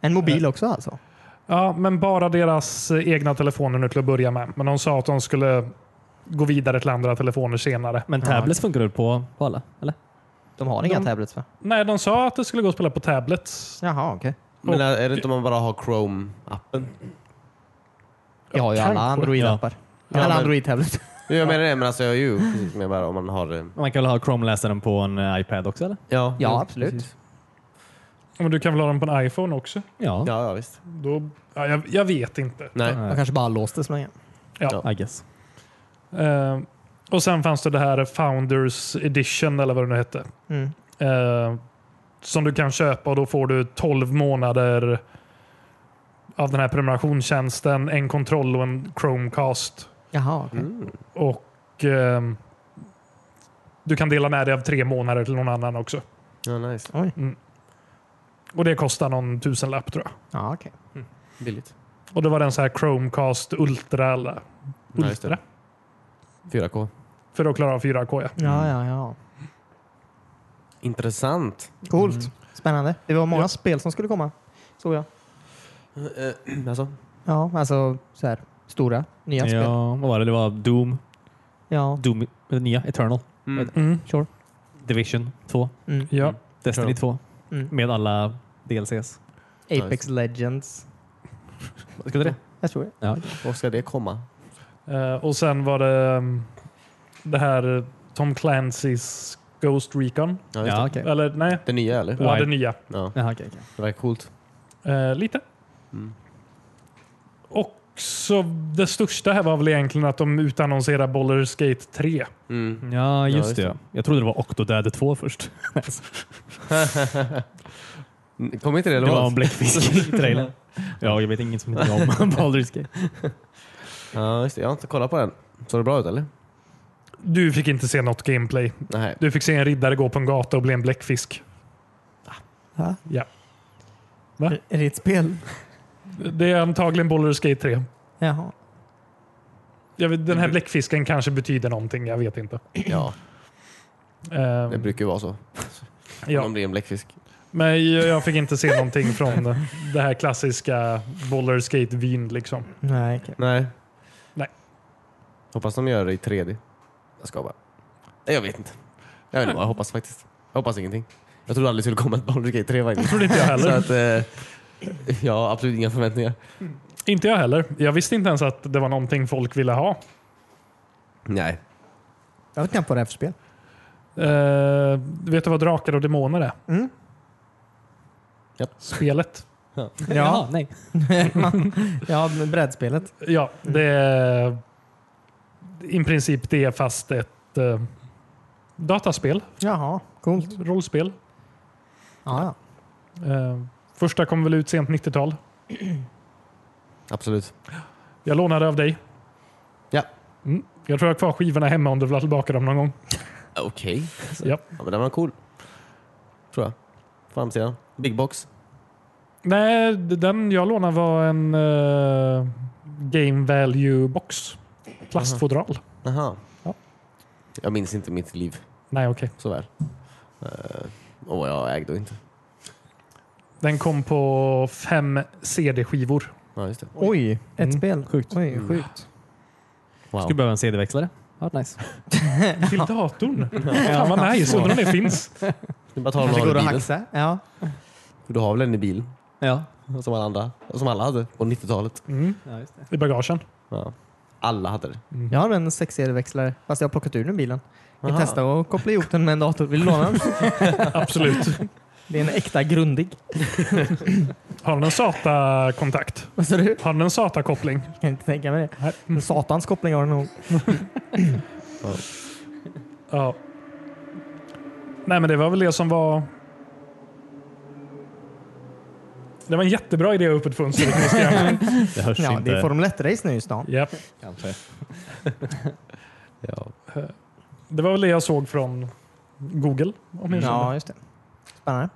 [SPEAKER 3] En mobil också alltså?
[SPEAKER 2] Ja, men bara deras eh, egna telefoner nu till att börja med. Men de sa att de skulle gå vidare till andra telefoner senare.
[SPEAKER 1] Men tablets funkar väl på, på alla? Eller?
[SPEAKER 3] De har inga
[SPEAKER 2] De-
[SPEAKER 3] tablets va?
[SPEAKER 2] Nej, de sa att det skulle gå att spela på tablets.
[SPEAKER 3] Jaha, okej.
[SPEAKER 4] Men är är det inte om man bara har Chrome-appen?
[SPEAKER 3] Jag har ju alla
[SPEAKER 2] kanske.
[SPEAKER 3] Android-appar. alla
[SPEAKER 4] men-
[SPEAKER 3] Android-tablets.
[SPEAKER 4] Jo, Jag menar det, men alltså, jag är ju precis som jag bara om man har... eh,
[SPEAKER 1] Man kan väl ha Chrome-läsaren på en eh, iPad också? Eller?
[SPEAKER 4] Ja,
[SPEAKER 3] Ja, absolut.
[SPEAKER 2] Men du kan väl ha dem på en iPhone också?
[SPEAKER 1] Ja, Eh,
[SPEAKER 4] Ja, ja visst.
[SPEAKER 2] Då, ja, jag, jag vet inte.
[SPEAKER 4] Nej.
[SPEAKER 3] Man kanske bara låste så länge.
[SPEAKER 1] I guess.
[SPEAKER 2] Eh, och sen fanns det det här Founders Edition eller vad det nu hette.
[SPEAKER 3] Mm.
[SPEAKER 2] Eh, som du kan köpa och då får du 12 månader av den här prenumerationstjänsten, en kontroll och en Chromecast.
[SPEAKER 3] Jaha, okej.
[SPEAKER 4] Mm.
[SPEAKER 2] Och ehm, du kan dela med dig av tre månader till någon annan också.
[SPEAKER 4] Ja, nice.
[SPEAKER 2] Och det kostar någon tusenlapp tror jag.
[SPEAKER 3] Ja, okej.
[SPEAKER 4] Billigt.
[SPEAKER 2] Och det var den så här Chromecast Ultra. Eller
[SPEAKER 4] Ja, just det.
[SPEAKER 2] Ultra.
[SPEAKER 4] 4K.
[SPEAKER 2] För att klara av 4K ja.
[SPEAKER 3] Ja, ja, ja.
[SPEAKER 4] Intressant.
[SPEAKER 3] Coolt. Spännande. Det var många spel som skulle komma, såg jag.
[SPEAKER 4] Eh, alltså,
[SPEAKER 3] Ja, alltså så här stora, nya spel.
[SPEAKER 1] Ja, vad var det? Det var Doom,
[SPEAKER 3] Ja.
[SPEAKER 1] Doom det nya Eternal,
[SPEAKER 4] mm.
[SPEAKER 2] Mm.
[SPEAKER 1] Division 2,
[SPEAKER 3] Mm.
[SPEAKER 2] ja.
[SPEAKER 1] Destiny 2
[SPEAKER 3] Mm.
[SPEAKER 1] med alla DLCs.
[SPEAKER 3] Apex Legends.
[SPEAKER 1] Skulle det?
[SPEAKER 3] Jag tror det.
[SPEAKER 1] Ja.
[SPEAKER 4] Var ska det komma? Mm.
[SPEAKER 2] Eh, och sen var det ehm, det här Tom Clancys Ghost Recon.
[SPEAKER 4] Ja, just
[SPEAKER 1] Ja,
[SPEAKER 4] det.
[SPEAKER 1] okej.
[SPEAKER 2] Eller nej,
[SPEAKER 4] Det nya eller?
[SPEAKER 2] ja,
[SPEAKER 1] Why?
[SPEAKER 2] det nya.
[SPEAKER 4] Ja,
[SPEAKER 1] Jaha, okej, okej.
[SPEAKER 4] det verkar coolt.
[SPEAKER 2] Eh, lite.
[SPEAKER 4] Mm.
[SPEAKER 2] Och så det största här var väl egentligen att de utannonserade Baldur's Skate 3.
[SPEAKER 4] Mm.
[SPEAKER 1] Ja,
[SPEAKER 4] Ja,
[SPEAKER 1] just
[SPEAKER 4] just
[SPEAKER 1] det. ja. Jag trodde det var Octodad 2 först. (laughs) Alltså,
[SPEAKER 4] (laughs) Kommer inte det
[SPEAKER 1] Det var en
[SPEAKER 4] låt?
[SPEAKER 1] bläckfisk i (laughs) trailern. Ja, jag vet ingen som heter (laughs) om Baldur's Gate.
[SPEAKER 4] Ja, just det. Jag har inte kollat på den. Såg det bra ut eller?
[SPEAKER 2] Du fick inte se något gameplay.
[SPEAKER 4] Nej.
[SPEAKER 2] Du fick se en riddare gå på en gata och bli en bläckfisk.
[SPEAKER 3] Va?
[SPEAKER 2] Ja. Va?
[SPEAKER 3] Är är det ett spel?
[SPEAKER 2] Det är antagligen Baldur's Gate 3.
[SPEAKER 3] Jaha.
[SPEAKER 2] Jag vet, den här bläckfisken kanske betyder någonting, jag vet inte.
[SPEAKER 4] Mm. Ja,
[SPEAKER 2] Eh,
[SPEAKER 4] det brukar ju vara så. Om
[SPEAKER 2] ja.
[SPEAKER 4] man blir en bläckfisk.
[SPEAKER 2] Men jag fick inte se någonting från det här klassiska Baldur's Gate-vyn. Liksom.
[SPEAKER 3] Nej, okej.
[SPEAKER 4] Nej.
[SPEAKER 2] Nej.
[SPEAKER 4] Hoppas de gör det i 3D. Jag ska bara. Nej, Jag vet inte. Jag vet inte vad jag hoppas faktiskt. Jag hoppas ingenting. Jag trodde aldrig det skulle komma ett Baldur's Gate 3 (laughs) faktiskt.
[SPEAKER 2] Trodde inte jag
[SPEAKER 4] Så
[SPEAKER 2] heller.
[SPEAKER 4] att, eh, jag har absolut inga förväntningar.
[SPEAKER 2] Inte jag heller. Jag visste inte ens att det var någonting folk ville ha.
[SPEAKER 4] Nej.
[SPEAKER 3] Jag vet knappt vad det är för spel.
[SPEAKER 2] Eh, vet du vad Drakar och Demoner är?
[SPEAKER 3] Mm.
[SPEAKER 4] Japp.
[SPEAKER 2] Spelet.
[SPEAKER 1] Jaha, nej.
[SPEAKER 3] (laughs) ja, men brädspelet.
[SPEAKER 2] Ja, det är i princip det fast ett eh, dataspel,
[SPEAKER 3] Jaha, coolt.
[SPEAKER 2] rollspel.
[SPEAKER 3] Ja, ja.
[SPEAKER 2] Eh, första kom väl ut sent 90-tal.
[SPEAKER 4] Absolut.
[SPEAKER 2] Jag lånade av dig.
[SPEAKER 4] Ja.
[SPEAKER 2] Mm. Jag tror jag har kvar skivorna hemma om du vill ha tillbaka dem någon gång.
[SPEAKER 4] Okej.
[SPEAKER 2] Ja.
[SPEAKER 4] Ja, men den var cool. Tror jag. Framsidan. Big box.
[SPEAKER 2] Nej, d- den jag lånade var en eh, Game Value Box. Plastfodral.
[SPEAKER 4] Aha.
[SPEAKER 2] Ja.
[SPEAKER 4] Jag minns inte mitt liv
[SPEAKER 2] Nej, okej.
[SPEAKER 4] så väl. Eh, och vad jag ägde och inte.
[SPEAKER 2] Den kom på fem
[SPEAKER 4] (laughs)
[SPEAKER 2] CD-skivor.
[SPEAKER 4] Ja, just det.
[SPEAKER 3] Oj, ett
[SPEAKER 2] Mm.
[SPEAKER 3] spel.
[SPEAKER 1] Sjukt.
[SPEAKER 3] Oj, sjukt.
[SPEAKER 4] Wow.
[SPEAKER 1] Skulle behöva en CD-växlare. Ja, nice.
[SPEAKER 2] Till datorn. Fan vad nice. Undrar om det finns.
[SPEAKER 4] Det är bara att ta
[SPEAKER 3] Kanske
[SPEAKER 4] dem
[SPEAKER 3] går
[SPEAKER 4] av
[SPEAKER 3] att
[SPEAKER 4] i bilen.
[SPEAKER 3] hacksa. Ja.
[SPEAKER 4] Du har väl en i bilen?
[SPEAKER 1] Ja.
[SPEAKER 4] Som alla andra. Som alla hade på 90-talet.
[SPEAKER 2] Mm,
[SPEAKER 1] ja just det.
[SPEAKER 2] I bagagen.
[SPEAKER 4] Ja. Alla hade det.
[SPEAKER 3] Jag har en 6-serieväxlare, fast jag har plockat ur den bilen. Vi
[SPEAKER 4] Aha.
[SPEAKER 3] testar att koppla ihop den med en dator. Vill du låna den?
[SPEAKER 2] Absolut.
[SPEAKER 3] (laughs) Det är en äkta grundig.
[SPEAKER 2] Har den en SATA-kontakt?
[SPEAKER 3] Vad sa du?
[SPEAKER 2] Har den en SATA-koppling?
[SPEAKER 3] Jag kan inte tänka mig det.
[SPEAKER 2] Nej.
[SPEAKER 3] Men satans koppling har den nog.
[SPEAKER 2] Ja. Nej, men det var väl det som var... Det var en jättebra idé att ha öppet fönster. (laughs) Christian.
[SPEAKER 1] Det hörs
[SPEAKER 3] Ja,
[SPEAKER 1] inte.
[SPEAKER 3] det är Formel 1-race nu i stan.
[SPEAKER 2] Japp.
[SPEAKER 1] Kanske.
[SPEAKER 4] Ja.
[SPEAKER 2] Det var väl det jag såg från Google. Om jag
[SPEAKER 3] Ja, just det. Spännande.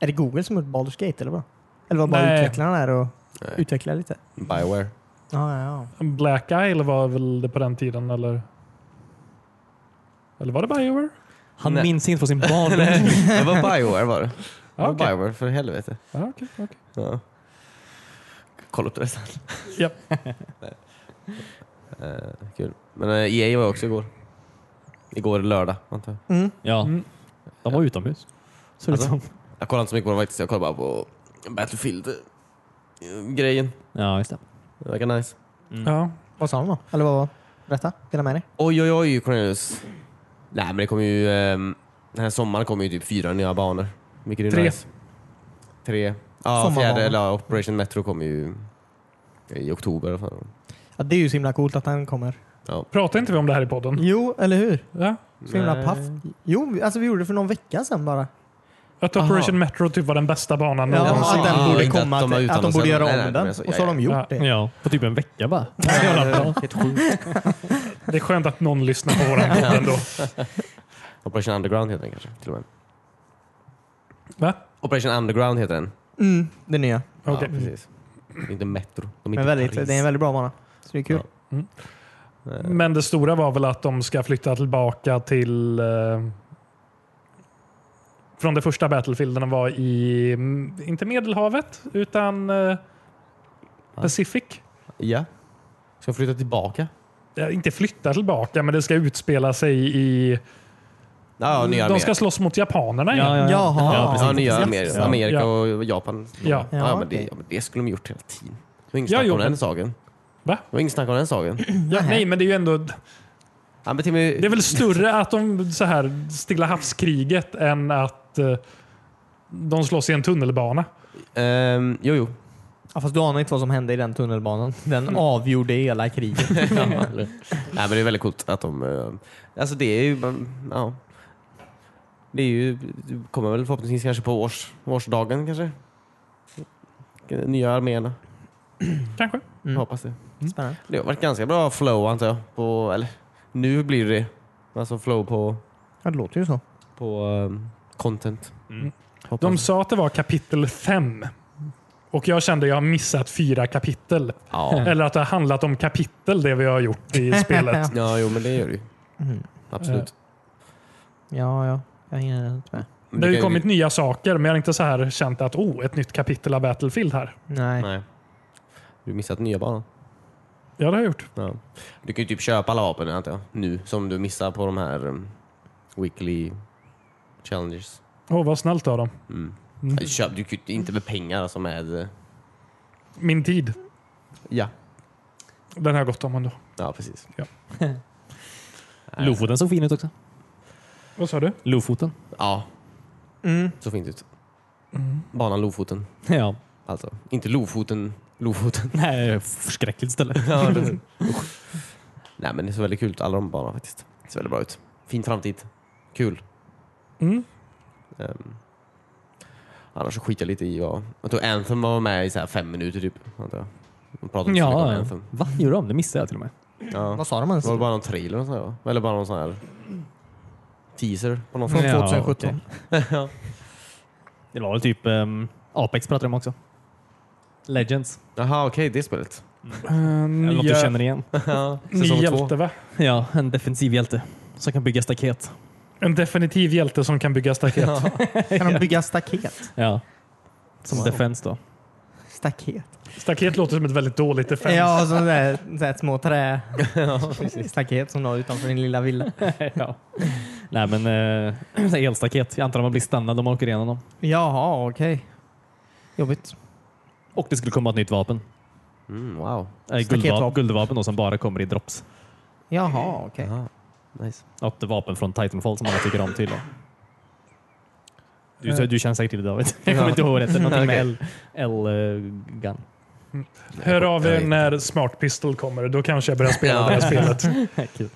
[SPEAKER 3] Är det Google som har gjort Baldur's Gate eller vad? Eller var bara
[SPEAKER 2] Nej.
[SPEAKER 3] utvecklarna där och
[SPEAKER 4] Nej.
[SPEAKER 3] utvecklade lite?
[SPEAKER 4] Bioware.
[SPEAKER 3] Ja, ja, ja.
[SPEAKER 2] Black Isle var väl det på den tiden, eller? Eller var det Bioware?
[SPEAKER 1] Han
[SPEAKER 4] Nej.
[SPEAKER 1] minns inte från sin (laughs) barndom.
[SPEAKER 4] Nej, det var Bioware var det. Det var
[SPEAKER 2] Ja, okej.
[SPEAKER 4] Bioware, för helvete.
[SPEAKER 2] Ja, okej, okej.
[SPEAKER 4] Ja. Kolla upp det sen. (laughs)
[SPEAKER 2] Ja.
[SPEAKER 4] Eh, kul. Men eh, EA var jag också igår. Igår lördag, antar jag.
[SPEAKER 3] Mm.
[SPEAKER 1] ja,
[SPEAKER 2] Mm.
[SPEAKER 1] de var utomhus. Så det
[SPEAKER 4] Alltså?
[SPEAKER 1] som.
[SPEAKER 4] Jag kollade inte så mycket på dem faktiskt. Jag kollade bara på Battlefield-grejen.
[SPEAKER 1] Ja, just det.
[SPEAKER 4] Det verkar nice.
[SPEAKER 2] Ja.
[SPEAKER 3] Vad sa de då? Eller vad var Berätta. Dela med dig.
[SPEAKER 4] Oj, oj, oj Cornelius. Nej, men det kommer ju... ehm, den här sommaren kommer ju typ fyra nya banor. Vilket är
[SPEAKER 2] Tre.
[SPEAKER 4] nice. Tre. Ja,
[SPEAKER 3] Sommarbanor.
[SPEAKER 4] fjärde. Eller ja, Operation Metro kommer ju i oktober. och fan.
[SPEAKER 3] Ja, det är ju så himla coolt att han kommer.
[SPEAKER 2] Pratade inte vi om det här i podden?
[SPEAKER 3] Jo, eller hur?
[SPEAKER 2] Ja.
[SPEAKER 3] Så himla
[SPEAKER 4] Mm. Nej.
[SPEAKER 3] paff. Jo, vi- alltså vi gjorde det för någon vecka sedan bara.
[SPEAKER 2] Att Operation Metro typ var den bästa banan
[SPEAKER 3] Ja,
[SPEAKER 4] de
[SPEAKER 2] någonsin.
[SPEAKER 3] att
[SPEAKER 4] sa-
[SPEAKER 3] den
[SPEAKER 4] ja,
[SPEAKER 3] borde
[SPEAKER 4] inte att
[SPEAKER 3] komma,
[SPEAKER 4] de har
[SPEAKER 3] till, att de borde
[SPEAKER 4] utan-
[SPEAKER 3] göra
[SPEAKER 4] nej,
[SPEAKER 3] om
[SPEAKER 4] nej,
[SPEAKER 3] den.
[SPEAKER 4] men
[SPEAKER 3] Och
[SPEAKER 4] så-
[SPEAKER 3] så har de
[SPEAKER 2] ja,
[SPEAKER 3] gjort det.
[SPEAKER 1] Ja, på typ en vecka bara.
[SPEAKER 4] Helt sjukt.
[SPEAKER 2] Det är skönt att någon lyssnar på våran
[SPEAKER 3] (laughs)
[SPEAKER 2] podd ändå.
[SPEAKER 4] Operation Underground heter den kanske. Till och med.
[SPEAKER 2] Va?
[SPEAKER 4] Operation Underground heter den.
[SPEAKER 3] Mm, det nya.
[SPEAKER 2] Okej.
[SPEAKER 4] Ja, precis. Det är Inte Metro. De är inte
[SPEAKER 3] Men väldigt,
[SPEAKER 4] Paris.
[SPEAKER 3] det är en väldigt bra bana. Så det är kul.
[SPEAKER 4] Eh.
[SPEAKER 2] Men det stora var väl att de ska flytta tillbaka till... Eh, från det första Battlefield de var i, mm, inte Medelhavet, utan eh, Pacific.
[SPEAKER 4] Ja. Ska jag flytta tillbaka?
[SPEAKER 2] Ja, inte flytta tillbaka, men det ska utspela sig i...
[SPEAKER 4] Ja, ja, nya
[SPEAKER 2] de
[SPEAKER 4] arméer.
[SPEAKER 2] ska slåss mot japanerna igen.
[SPEAKER 1] Ja, ja, ja.
[SPEAKER 3] Jaha.
[SPEAKER 4] Ja, precis. ja, nya
[SPEAKER 3] Ja.
[SPEAKER 4] arméer.
[SPEAKER 1] Ja.
[SPEAKER 4] Amerika
[SPEAKER 2] Ja.
[SPEAKER 4] och Japan.
[SPEAKER 2] Ja.
[SPEAKER 4] Ja,
[SPEAKER 3] Ja,
[SPEAKER 4] men det,
[SPEAKER 3] okej.
[SPEAKER 4] ja, men det skulle de gjort hela tiden. Det var inget
[SPEAKER 2] Ja,
[SPEAKER 4] snack
[SPEAKER 2] jo,
[SPEAKER 4] om den
[SPEAKER 2] men-
[SPEAKER 4] saken.
[SPEAKER 2] Va?
[SPEAKER 4] Det var inget snack om den saken.
[SPEAKER 2] Ja, nej, men det är ju ändå...
[SPEAKER 4] Ja, men Timmy,
[SPEAKER 2] Det är väl större att de så här Stilla havskriget än att eh, de slåss i en tunnelbana.
[SPEAKER 4] ehm, jo, jo.
[SPEAKER 3] Ja, fast du anar inte vad som hände i den tunnelbanan. Den avgjorde hela kriget.
[SPEAKER 4] Mm. (laughs) ja, eller- Nej, men det är väldigt coolt att de... eh, Alltså det är ju... mm, Ja. Det är ju, det kommer väl förhoppningsvis kanske på års, årsdagen kanske. Nya arméerna.
[SPEAKER 2] Kanske.
[SPEAKER 4] Jag hoppas det.
[SPEAKER 3] Spännande.
[SPEAKER 4] Det har varit ganska bra flow antar jag. På, eller, nu blir det Alltså flow på,
[SPEAKER 3] Ja, det låter ju så.
[SPEAKER 4] på ehm, content.
[SPEAKER 1] Mm.
[SPEAKER 4] Hoppas.
[SPEAKER 2] De sa att det var kapitel 5. Och jag kände att jag har missat fyra kapitel.
[SPEAKER 4] ja.
[SPEAKER 2] Eller att det har handlat om kapitel, det vi har gjort i spelet.
[SPEAKER 4] ja, jo men det gör det ju.
[SPEAKER 3] Mm.
[SPEAKER 4] Absolut.
[SPEAKER 3] Ja, ja. Jag hinner inte med.
[SPEAKER 4] Men
[SPEAKER 2] Det har ju
[SPEAKER 4] kan typ-
[SPEAKER 2] kommit nya saker, men jag har inte så här känt att oh, ett nytt kapitel av Battlefield här.
[SPEAKER 3] Nej.
[SPEAKER 4] Nej. Du har missat nya banan.
[SPEAKER 2] Ja, det har jag gjort.
[SPEAKER 4] Ja. Du kan ju typ köpa alla vapen antar jag. Nu. Som du missar på de här um, weekly challenges.
[SPEAKER 2] Åh, vad snällt av dem.
[SPEAKER 4] Mm. Nej, Köp, du kan ju inte med pengar alltså med... eh,
[SPEAKER 2] Min tid,
[SPEAKER 4] Ja.
[SPEAKER 2] den har jag gått om ändå.
[SPEAKER 4] Ja precis.
[SPEAKER 1] Lofoten såg fin ut också.
[SPEAKER 2] Vad sa du?
[SPEAKER 1] Lofoten.
[SPEAKER 4] Ja,
[SPEAKER 3] Mm.
[SPEAKER 4] så fint ut. Banan Lofoten.
[SPEAKER 1] Ja.
[SPEAKER 4] Alltså, inte Lofoten. Lofoten.
[SPEAKER 1] (laughs) Nej, förskräckligt ställe.
[SPEAKER 4] (laughs) Ja, det- Usch. Nej men det ser väldigt kul ut, alla de banorna faktiskt. Det ser väldigt bra ut. Fin framtid. Kul.
[SPEAKER 2] Mm.
[SPEAKER 4] Ehm, annars så skiter jag lite i vad... Jag tror Anthem var med i så här fem minuter typ. Antar jag. De pratade inte så mycket om
[SPEAKER 1] Ja.
[SPEAKER 4] Anthem.
[SPEAKER 1] Va? Gjorde de? Det missade jag till och med.
[SPEAKER 4] Ja.
[SPEAKER 3] Vad sa de ens?
[SPEAKER 4] Det var bara någon trailer och sådär, va? Eller bara någon sån här teaser på något
[SPEAKER 3] Från
[SPEAKER 4] sätt.
[SPEAKER 1] Ja,
[SPEAKER 3] 2017.
[SPEAKER 4] (laughs)
[SPEAKER 1] Det var väl typ ehm, Apex pratade de också. Legends.
[SPEAKER 4] Jaha okej, det spelet.
[SPEAKER 2] Uh,
[SPEAKER 1] Eller något du känner igen.
[SPEAKER 4] Ja,
[SPEAKER 2] ny
[SPEAKER 4] säsong två.
[SPEAKER 2] hjälte, va?
[SPEAKER 1] (laughs) Ja, en defensiv hjälte som kan bygga staket.
[SPEAKER 2] En definitiv hjälte som kan bygga staket.
[SPEAKER 3] Kan de bygga staket?
[SPEAKER 1] Ja. Som defens då.
[SPEAKER 3] Staket?
[SPEAKER 2] (laughs) Staket låter som ett väldigt dåligt defense.
[SPEAKER 3] Ja, sådana där, sådana där små trä staket som de har utanför din lilla villa.
[SPEAKER 1] (laughs) ja. Nej, men eh, (clears throat) så här elstaket. Jag antar att man blir stannad om man åker igenom dem.
[SPEAKER 3] Jaha, okej. Jobbigt.
[SPEAKER 1] Och det skulle komma ett nytt vapen.
[SPEAKER 4] Mm, wow.
[SPEAKER 1] Eh, guldvapen,
[SPEAKER 3] Staketvapen.
[SPEAKER 1] guldvapen då, som bara kommer i drops.
[SPEAKER 3] Jaha, okej.
[SPEAKER 4] Jaha. Nice.
[SPEAKER 1] Något vapen från Titanfall som alla tycker om tydligen. Du, du känner säkert till det David. Jag kommer inte ihåg vad det heter. Någonting med L- eh, L-gun.
[SPEAKER 2] Hör av
[SPEAKER 4] Jag
[SPEAKER 2] er
[SPEAKER 4] vet.
[SPEAKER 2] när Smart Pistol kommer, då kanske jag börjar spela
[SPEAKER 4] Ja.
[SPEAKER 2] det här spelet.
[SPEAKER 1] Kul.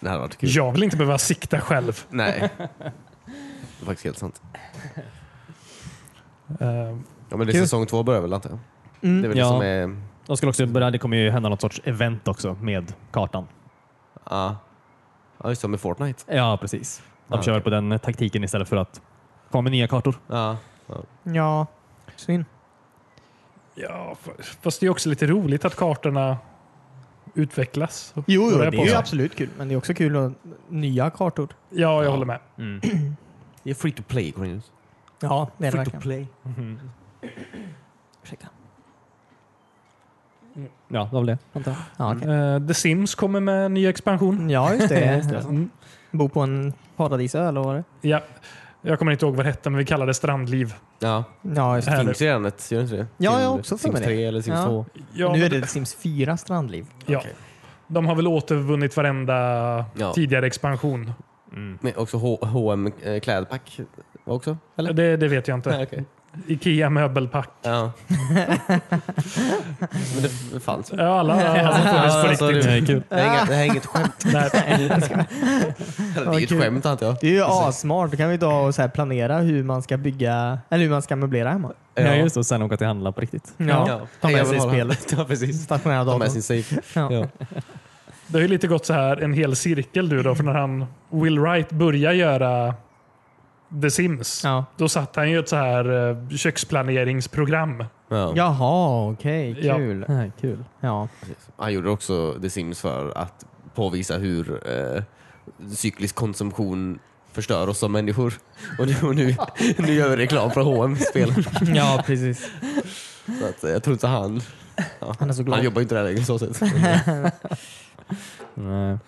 [SPEAKER 4] Det hade varit kul.
[SPEAKER 2] Jag vill inte behöva sikta själv.
[SPEAKER 4] Nej. Det är faktiskt helt sant.
[SPEAKER 2] Eh,
[SPEAKER 4] Ja, men det är
[SPEAKER 3] Kul.
[SPEAKER 4] säsong två börjar väl antar jag?
[SPEAKER 3] Mm.
[SPEAKER 4] Det är väl
[SPEAKER 1] Ja.
[SPEAKER 4] det som är...
[SPEAKER 1] De skulle också börja, det kommer ju hända något sorts event också med kartan.
[SPEAKER 4] Ja, ja just det, med Fortnite.
[SPEAKER 1] Ja, precis. De
[SPEAKER 4] Ah,
[SPEAKER 1] kör
[SPEAKER 4] okej.
[SPEAKER 1] på den taktiken istället för att komma med nya kartor.
[SPEAKER 4] Ja.
[SPEAKER 3] Ja, synd.
[SPEAKER 2] Ja, f- fast det är också lite roligt att kartorna utvecklas.
[SPEAKER 3] Jo,
[SPEAKER 2] Håller
[SPEAKER 3] jo
[SPEAKER 2] jag
[SPEAKER 3] det
[SPEAKER 2] på
[SPEAKER 3] är ju
[SPEAKER 2] så?
[SPEAKER 3] absolut kul. Men det är också kul att nya kartor.
[SPEAKER 2] Ja, jag håller med.
[SPEAKER 1] Mm.
[SPEAKER 4] Det är free to play, Cornelius.
[SPEAKER 3] Ja, det är det
[SPEAKER 4] Free to
[SPEAKER 3] verkligen. Mm.
[SPEAKER 4] play.
[SPEAKER 3] Ursäkta.
[SPEAKER 1] (clears throat) Ja, det var väl det.
[SPEAKER 3] Vänta. Ja, okej.
[SPEAKER 2] Eh, The Sims kommer med en ny expansion.
[SPEAKER 3] ja, just (laughs) det.
[SPEAKER 2] Mm.
[SPEAKER 3] Bo på en paradisö eller vad var det?
[SPEAKER 2] Ja. Jag kommer inte ihåg vad det hette, men vi kallade det strandliv.
[SPEAKER 4] Ja,
[SPEAKER 3] Ja, just
[SPEAKER 4] det
[SPEAKER 3] det.
[SPEAKER 2] Här.
[SPEAKER 4] finns ju redan ett, gör det inte det?
[SPEAKER 3] Ja, jag har
[SPEAKER 4] Till
[SPEAKER 3] också för
[SPEAKER 4] Sims
[SPEAKER 3] mig det.
[SPEAKER 4] 3 eller Sims
[SPEAKER 3] Ja.
[SPEAKER 4] 2.
[SPEAKER 2] Ja,
[SPEAKER 3] nu är
[SPEAKER 2] men-
[SPEAKER 3] det Sims 4 strandliv.
[SPEAKER 2] ja.
[SPEAKER 4] Okej.
[SPEAKER 2] De har väl återvunnit varenda
[SPEAKER 4] Ja.
[SPEAKER 2] tidigare expansion.
[SPEAKER 1] Mm.
[SPEAKER 4] Men också H- H&M eh, klädpack (laughs) också? Eller?
[SPEAKER 2] Det, det vet jag inte.
[SPEAKER 4] Nej, okej.
[SPEAKER 2] Ikea möbelpack.
[SPEAKER 4] Ja. (laughs) Men det fanns.
[SPEAKER 2] Ja, alla,
[SPEAKER 1] (laughs)
[SPEAKER 2] alla som funnits på
[SPEAKER 4] Alltså,
[SPEAKER 2] riktigt.
[SPEAKER 4] det-
[SPEAKER 1] Det är kul.
[SPEAKER 4] Det här är inga- det här är inget skämt.
[SPEAKER 2] Nej.
[SPEAKER 4] Det är inget
[SPEAKER 3] kul.
[SPEAKER 4] skämt antar jag.
[SPEAKER 3] Det är ju assmart. Då kan vi ta och så här planera hur man ska bygga, eller hur man ska möblera hemma.
[SPEAKER 1] Ja, just det. Och sen åka till handla på riktigt.
[SPEAKER 3] Ja. Ta
[SPEAKER 4] Jag
[SPEAKER 3] med
[SPEAKER 4] vill
[SPEAKER 3] sig
[SPEAKER 4] ha-
[SPEAKER 3] spelet.
[SPEAKER 4] Mm. Ja, precis.
[SPEAKER 3] Stationära
[SPEAKER 4] Ta med
[SPEAKER 3] datorn.
[SPEAKER 4] sin safe.
[SPEAKER 3] Ja.
[SPEAKER 4] (laughs) Ja.
[SPEAKER 2] Det har ju lite gått så här en hel cirkel du då, för när han Will Wright börjar göra The Sims,
[SPEAKER 3] Ja.
[SPEAKER 2] då satt han ju ett så här eh, köksplaneringsprogram.
[SPEAKER 4] Ja.
[SPEAKER 3] Jaha, okej.
[SPEAKER 2] Ja.
[SPEAKER 3] kul. Ja.
[SPEAKER 1] Nej, kul.
[SPEAKER 3] Ja.
[SPEAKER 4] Han gjorde också The Sims för att påvisa hur eh, cyklisk konsumtion förstör oss som människor. Och nu, och nu, (laughs) nu gör vi reklam för hm spel
[SPEAKER 3] precis.
[SPEAKER 4] Så att, eh, jag tror inte han... Ja.
[SPEAKER 3] Han är så glad.
[SPEAKER 4] Han jobbar ju inte där längre så sett.
[SPEAKER 1] Nej.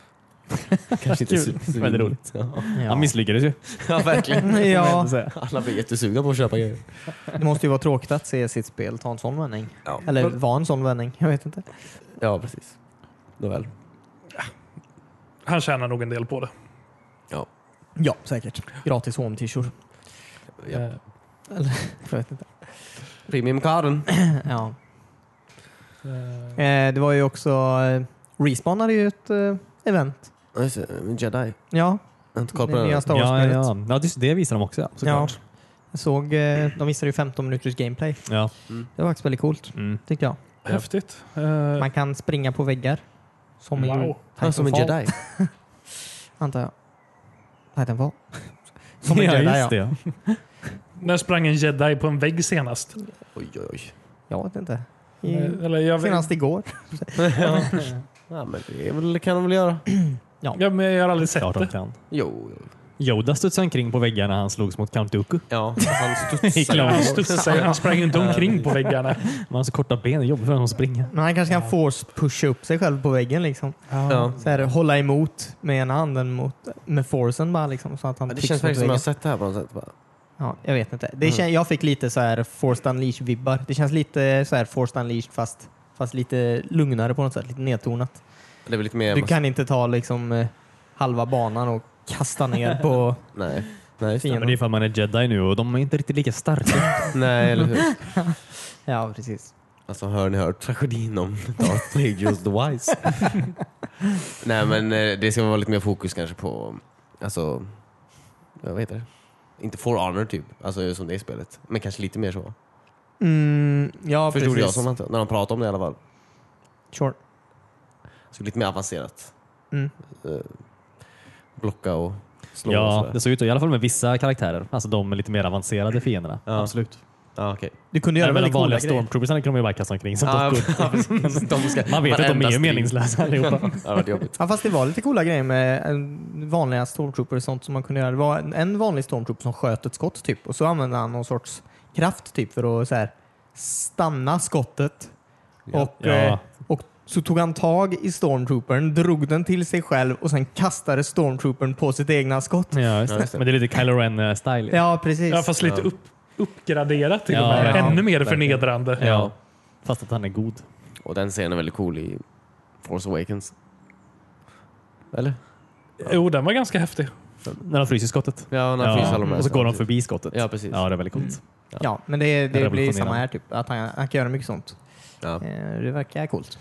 [SPEAKER 4] Kanske inte
[SPEAKER 1] Kul.
[SPEAKER 4] super- super-
[SPEAKER 1] Väldigt roligt.
[SPEAKER 4] Ja.
[SPEAKER 1] Han misslyckades ju.
[SPEAKER 4] ja, verkligen.
[SPEAKER 1] (laughs)
[SPEAKER 3] ja.
[SPEAKER 1] Så här.
[SPEAKER 4] Alla blir jättesugna på att köpa grejer.
[SPEAKER 3] Det måste ju vara tråkigt att se sitt spel ta en sån vändning.
[SPEAKER 4] Ja.
[SPEAKER 3] Eller vara en sån vändning. Jag vet inte.
[SPEAKER 4] Ja, precis. Nåväl.
[SPEAKER 2] Han tjänar nog en del på det.
[SPEAKER 3] Ja, säkert. Gratis home-t-shirt.
[SPEAKER 4] Ja.
[SPEAKER 2] Eh,
[SPEAKER 3] Jag vet inte.
[SPEAKER 4] Premiumkarden.
[SPEAKER 3] Ja.
[SPEAKER 2] eh,
[SPEAKER 3] Eh, det var ju också... Eh, Respawn hade ju ett eh, event.
[SPEAKER 4] Ja, just det. Jedi.
[SPEAKER 3] Ja,
[SPEAKER 4] Jag har inte koll på
[SPEAKER 3] det
[SPEAKER 4] den.
[SPEAKER 3] nya
[SPEAKER 4] här.
[SPEAKER 3] Star
[SPEAKER 1] Ja,
[SPEAKER 3] Wars-spelet.
[SPEAKER 1] ja. ja, just det visar de också. Ja, såklart.
[SPEAKER 3] Jag såg... Eh, de visade ju 15 minuters gameplay.
[SPEAKER 1] Ja.
[SPEAKER 3] Det var faktiskt väldigt coolt,
[SPEAKER 1] Mm.
[SPEAKER 3] tyckte jag.
[SPEAKER 2] Häftigt. Eh,
[SPEAKER 3] Man kan springa på väggar. Som i
[SPEAKER 2] wow.
[SPEAKER 4] Han är som en
[SPEAKER 3] Titanfall,
[SPEAKER 4] jedi.
[SPEAKER 3] Antar jag. Titanfall. (laughs) (laughs) Som en
[SPEAKER 1] ja,
[SPEAKER 3] jedi, ja.
[SPEAKER 1] just det. Ja.
[SPEAKER 2] När sprang en jedi på en vägg senast?
[SPEAKER 4] Oj, oj, oj.
[SPEAKER 3] Jag vet inte. I,
[SPEAKER 2] Eh, Eller jag, vet-
[SPEAKER 3] senast igår.
[SPEAKER 4] Ja, men det är väl- kan de väl göra.
[SPEAKER 2] ja, men jag har aldrig sett
[SPEAKER 1] Klart de
[SPEAKER 2] det.
[SPEAKER 1] kan.
[SPEAKER 4] Jo, jo.
[SPEAKER 1] Yoda studsade omkring på väggarna när han slogs mot Count
[SPEAKER 4] (laughs)
[SPEAKER 1] Dooku.
[SPEAKER 4] Ja, han
[SPEAKER 1] I
[SPEAKER 4] studsar.
[SPEAKER 1] Clone
[SPEAKER 2] Han
[SPEAKER 1] Wars.
[SPEAKER 2] studsade ju. Han sprang ju inte omkring på
[SPEAKER 3] (laughs)
[SPEAKER 2] väggarna.
[SPEAKER 1] Man har så korta ben, det är jobbigt för honom att springa.
[SPEAKER 3] Men han kanske kan force-pusha upp sig själv på väggen. Liksom.
[SPEAKER 4] Ja.
[SPEAKER 3] Så här, hålla emot med ena handen mot, med forcen bara. Liksom, så att han
[SPEAKER 4] Ja, Det
[SPEAKER 3] trycks
[SPEAKER 4] känns
[SPEAKER 3] mot
[SPEAKER 4] verkligen som jag har
[SPEAKER 3] väggen.
[SPEAKER 4] sett det här på något sätt. Bara.
[SPEAKER 3] Ja, jag vet inte. Det
[SPEAKER 1] Mm.
[SPEAKER 3] kän, jag fick lite så här Forced Unleashed-vibbar. Det känns lite så här Forced Unleashed fast, fast lite lugnare på något sätt. Lite nedtonat.
[SPEAKER 4] Det är väl lite mer...
[SPEAKER 3] Du kan inte ta liksom, eh, halva banan och
[SPEAKER 1] (laughs)
[SPEAKER 3] kasta ner på
[SPEAKER 4] Nej. Nej, just det.
[SPEAKER 1] Men det är för att man är jedi nu och de är inte riktigt lika starka.
[SPEAKER 4] Nej, eller hur?
[SPEAKER 3] Ja, precis.
[SPEAKER 4] Alltså, hör ni hört tragedin om Darth Plagueis (laughs) the Wise? Nej, men eh, det ska vara lite mer fokus kanske på... Alltså... Vad heter det? Inte For Honor typ, alltså som det är i spelet. Men kanske lite mer så.
[SPEAKER 3] Mm, ja,
[SPEAKER 4] Förstod
[SPEAKER 3] precis.
[SPEAKER 4] jag som antar, när de pratade om det i alla fall.
[SPEAKER 3] Sure.
[SPEAKER 4] Så lite mer avancerat.
[SPEAKER 3] Mm.
[SPEAKER 4] Eh, blocka och slå och
[SPEAKER 1] Ja,
[SPEAKER 4] sådär.
[SPEAKER 1] det såg ut så, i alla fall med vissa karaktärer. Alltså de lite mer avancerade fienderna.
[SPEAKER 4] Ja.
[SPEAKER 1] Absolut. (laughs)
[SPEAKER 4] Ja, okej.
[SPEAKER 3] Du kunde göra
[SPEAKER 1] Även de
[SPEAKER 3] väldigt coola
[SPEAKER 1] vanliga
[SPEAKER 3] grejer.
[SPEAKER 1] stormtroopersarna kan de ju bara kasta omkring som
[SPEAKER 4] Ja,
[SPEAKER 1] dockor.
[SPEAKER 4] ja, precis. De ska-
[SPEAKER 1] Man vet att de
[SPEAKER 4] (laughs) varenda
[SPEAKER 1] är ju
[SPEAKER 4] strid.
[SPEAKER 1] meningslösa allihopa.
[SPEAKER 4] Ja, det var jobbigt.
[SPEAKER 3] Ja, fast det var lite coola grejer med eh, vanliga stormtroopers och sånt som man kunde göra. Det var en, en vanlig stormtrooper som sköt ett skott typ och så använde han någon sorts kraft typ för att så här, stanna skottet.
[SPEAKER 4] Ja.
[SPEAKER 3] Och,
[SPEAKER 1] Ja.
[SPEAKER 3] eh, och så tog han tag i stormtroopern, drog den till sig själv och sen kastade stormtroopern på sitt egna skott.
[SPEAKER 1] Ja,
[SPEAKER 4] Ja, just det.
[SPEAKER 1] Men det är lite Kylo Ren-style.
[SPEAKER 3] Ja, precis.
[SPEAKER 2] Ja, fast lite
[SPEAKER 4] Ja.
[SPEAKER 2] upp, uppgraderat till
[SPEAKER 1] Ja,
[SPEAKER 2] och
[SPEAKER 1] ja.
[SPEAKER 2] med. Ännu mer
[SPEAKER 1] Verkligen.
[SPEAKER 2] förnedrande.
[SPEAKER 1] Ja. Fast att han är god.
[SPEAKER 4] Och den scenen är väldigt cool i Force Awakens. Eller?
[SPEAKER 2] Jo, Eh, oh, den var ganska häftig.
[SPEAKER 1] När de fryser skottet.
[SPEAKER 4] Ja, när
[SPEAKER 1] Ja,
[SPEAKER 4] fryser alla de här
[SPEAKER 1] och så går de
[SPEAKER 4] snabbt.
[SPEAKER 1] förbi skottet.
[SPEAKER 4] typ. Ja, precis.
[SPEAKER 1] Ja, det är väldigt coolt.
[SPEAKER 3] Ja, men det, det blir
[SPEAKER 1] Revolutionerande.
[SPEAKER 3] samma här typ. Att han, han kan göra mycket sånt.
[SPEAKER 4] Ja.
[SPEAKER 3] Eh, Det verkar coolt.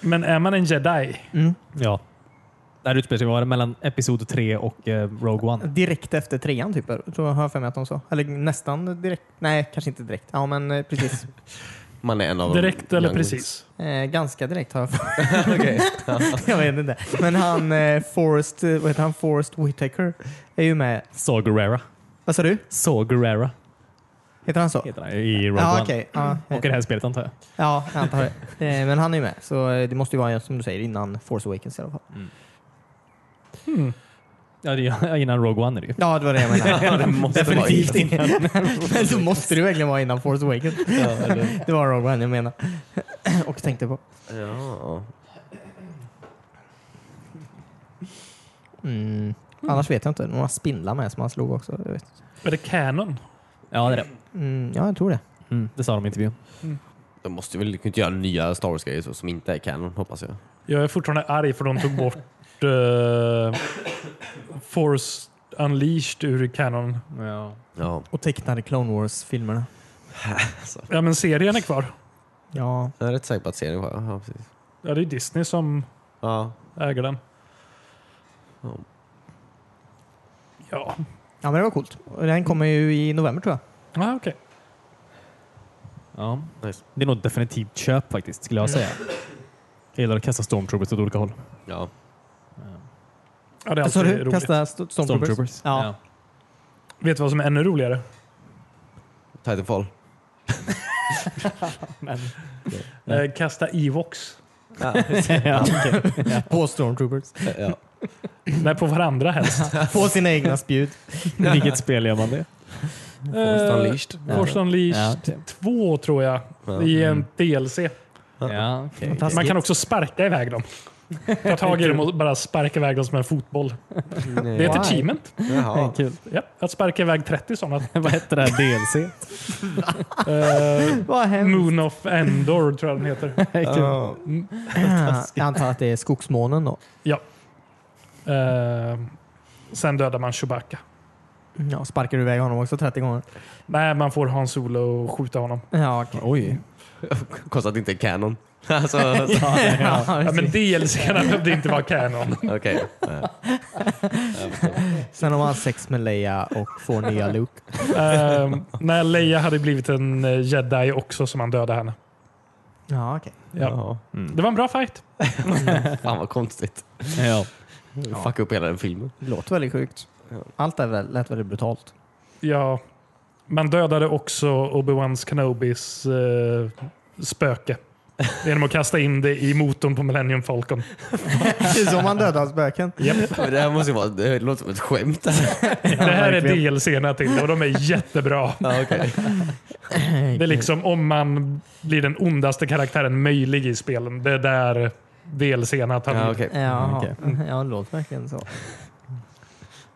[SPEAKER 2] Men är man en jedi?
[SPEAKER 3] Mm.
[SPEAKER 1] Ja. Där utspelar sig var det mellan Episod 3 och eh, Rogue One.
[SPEAKER 3] Direkt efter trean typ, tror jag har jag för mig att de sa. Eller nästan direkt. Nej, kanske inte direkt. Ja, men eh, (laughs) precis.
[SPEAKER 4] Man är en av
[SPEAKER 2] Direkt
[SPEAKER 4] de
[SPEAKER 2] eller
[SPEAKER 4] young ones.
[SPEAKER 2] precis?
[SPEAKER 3] Eh, ganska direkt har jag för (laughs)
[SPEAKER 4] Okej.
[SPEAKER 3] Jag vet inte. Men han eh, Forrest, eh, vad heter han? Forrest Whitaker är ju med.
[SPEAKER 1] Saw Gerrera.
[SPEAKER 3] Vad sa du?
[SPEAKER 1] Saw Gerrera.
[SPEAKER 3] Heter han så?
[SPEAKER 1] Heter han, I Rogue
[SPEAKER 3] Ja,
[SPEAKER 1] One.
[SPEAKER 3] okej. Ja, eh,
[SPEAKER 1] Och i det här spelet antar jag.
[SPEAKER 3] ja, jag antar det. Eh, Men han är ju med, så eh, det måste ju vara som du säger innan Force Awakens i alla fall.
[SPEAKER 2] Hmm.
[SPEAKER 1] Ja, det är, innan Rogue One är det ju. (laughs)
[SPEAKER 3] Ja, det var det jag (laughs) menade.
[SPEAKER 4] Ja, det måste vara
[SPEAKER 1] Definitivt
[SPEAKER 4] in.
[SPEAKER 1] innan.
[SPEAKER 3] (laughs) Men så måste det verkligen vara innan Force Awakens. det var Rogue One jag (laughs) menade och tänkte på.
[SPEAKER 4] Ja.
[SPEAKER 3] Mm. Annars vet jag inte. Några spindlar med som han slog också. Jag vet.
[SPEAKER 2] Är det Canon?
[SPEAKER 1] Ja, det är det.
[SPEAKER 3] Mm, ja, jag tror det.
[SPEAKER 1] Mm, det sa de i intervjun.
[SPEAKER 4] De måste väl kunna göra nya Star Wars-grejer så, som inte är canon, hoppas jag.
[SPEAKER 2] Jag är fortfarande arg för de
[SPEAKER 1] (laughs)
[SPEAKER 2] tog bort eh, Force Unleashed ur Canon.
[SPEAKER 1] Ja.
[SPEAKER 4] Ja.
[SPEAKER 3] Och tecknade Clone Wars-filmerna.
[SPEAKER 2] Ja, men serien är kvar.
[SPEAKER 3] Ja,
[SPEAKER 4] Jag är rätt säker på att serien var... Ja, precis.
[SPEAKER 2] Ja, det är Disney som
[SPEAKER 4] Ja.
[SPEAKER 2] äger den.
[SPEAKER 4] Ja.
[SPEAKER 2] Ja,
[SPEAKER 3] ja men det var coolt. Och Den kommer ju i november tror jag.
[SPEAKER 2] ah, okej.
[SPEAKER 1] ja.
[SPEAKER 4] Nice.
[SPEAKER 1] Det är nog definitivt köp faktiskt, skulle jag säga. Jag gillar att kasta stormtroopers åt olika håll.
[SPEAKER 4] ja.
[SPEAKER 2] Ja, det är
[SPEAKER 3] Vad sa
[SPEAKER 2] alltid
[SPEAKER 3] du?
[SPEAKER 2] roligt.
[SPEAKER 3] Kasta st- Stormtroopers?
[SPEAKER 1] Stormtroopers.
[SPEAKER 3] Ja.
[SPEAKER 2] Vet du vad som är ännu roligare?
[SPEAKER 4] Titanfall.
[SPEAKER 1] Nej.
[SPEAKER 2] Eh, kasta Evox.
[SPEAKER 4] Ja.
[SPEAKER 1] (laughs) ja.
[SPEAKER 2] (laughs)
[SPEAKER 3] På Stormtroopers.
[SPEAKER 4] Eh, (laughs) ja.
[SPEAKER 2] Nej, på varandra helst.
[SPEAKER 3] På sina egna spjut.
[SPEAKER 1] Vilket spel gör man det?
[SPEAKER 4] Force Unleashed.
[SPEAKER 2] Eh, Force Unleashed
[SPEAKER 1] Ja.
[SPEAKER 2] 2 tror jag.
[SPEAKER 4] Ja.
[SPEAKER 2] I en DLC.
[SPEAKER 1] Ja, okej.
[SPEAKER 3] Fantastiskt.
[SPEAKER 2] Man kan också sparka iväg dem. Ta tag i dem och bara sparka iväg dem som en fotboll. Det är ett
[SPEAKER 3] Wow.
[SPEAKER 2] achievement.
[SPEAKER 4] Jaha.
[SPEAKER 1] Kul. (laughs)
[SPEAKER 2] Ja, att sparka iväg 30 sådana.
[SPEAKER 1] Vad hette det här DLC?
[SPEAKER 2] Eh,
[SPEAKER 3] Vad hemskt.
[SPEAKER 2] Moon of Endor tror jag den heter.
[SPEAKER 4] Ja.
[SPEAKER 3] Jag antar att det är skogsmånen då.
[SPEAKER 2] Eh, sen dödar man Chewbacca.
[SPEAKER 3] Ja, sparkar du iväg honom också 30 gånger?
[SPEAKER 2] Nej, man får Han Solo och skjuta honom.
[SPEAKER 3] Ja, okej.
[SPEAKER 1] Oj.
[SPEAKER 4] Konstigt att det inte är canon. (laughs) alltså, så-
[SPEAKER 3] Ja,
[SPEAKER 2] Ja, men
[SPEAKER 3] precis.
[SPEAKER 2] DLC-erna behövde inte vara canon.
[SPEAKER 4] okej. Ja. Jag förstår.
[SPEAKER 3] Sen har han sex med Leia och får
[SPEAKER 2] (laughs)
[SPEAKER 3] nya Luke.
[SPEAKER 2] Eh, när Leia hade blivit en eh, jedi också som man dödade henne.
[SPEAKER 3] Ja, okej.
[SPEAKER 2] Ja.
[SPEAKER 4] Ja.
[SPEAKER 1] Mm.
[SPEAKER 2] Det var en bra fight.
[SPEAKER 4] Fan vad konstigt.
[SPEAKER 1] Ja.
[SPEAKER 4] Fuck upp hela den filmen.
[SPEAKER 3] Det låter väldigt sjukt. Allt är väl, lät väldigt brutalt.
[SPEAKER 2] Ja. Man dödade också Obi-Wans Kenobis eh, spöke. Genom att kasta in det i motorn på Millennium Falcon.
[SPEAKER 3] Det är så man dödar spöken.
[SPEAKER 2] Japp.
[SPEAKER 4] (laughs) Men Det här måste ju vara... Det låter som ett skämt.
[SPEAKER 2] Det här är
[SPEAKER 3] verkligen.
[SPEAKER 2] DLC-erna till det och de är jättebra.
[SPEAKER 4] (laughs) ja, okej.
[SPEAKER 2] Det är liksom om man blir den ondaste karaktären möjlig i spelen. Det är där DLC-erna tar
[SPEAKER 4] (laughs) Ja,
[SPEAKER 2] vid.
[SPEAKER 4] okej.
[SPEAKER 3] Jaha.
[SPEAKER 1] Okej.
[SPEAKER 3] Ja, det låter verkligen så.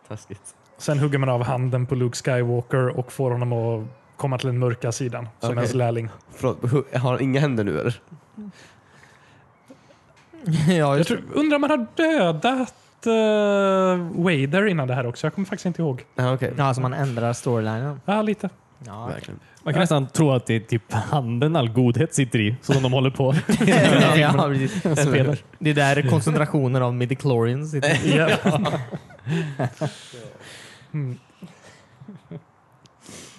[SPEAKER 4] Taskigt.
[SPEAKER 2] Sen hugger man av handen på Luke Skywalker och får honom att komma till den mörka sidan som
[SPEAKER 4] Okej.
[SPEAKER 2] ens lärling.
[SPEAKER 4] Förlåt, hu- har han inga händer nu eller?
[SPEAKER 3] (laughs) Ja,
[SPEAKER 2] Jag
[SPEAKER 3] just,
[SPEAKER 2] tror, undrar om man har dödat uh, Wader innan det här också. Jag kommer faktiskt inte ihåg.
[SPEAKER 4] Ja, okej.
[SPEAKER 3] ja, alltså man ändrar storylinen.
[SPEAKER 2] Ja, lite.
[SPEAKER 3] Ja.
[SPEAKER 4] Verkligen.
[SPEAKER 1] Man kan nästan tro att det är typ handen all godhet sitter i, så som de håller på.
[SPEAKER 3] (laughs) ja, precis.
[SPEAKER 1] Spelar.
[SPEAKER 3] Det är där koncentrationen av midichlorians (laughs) sitter.
[SPEAKER 2] Ja. Mm.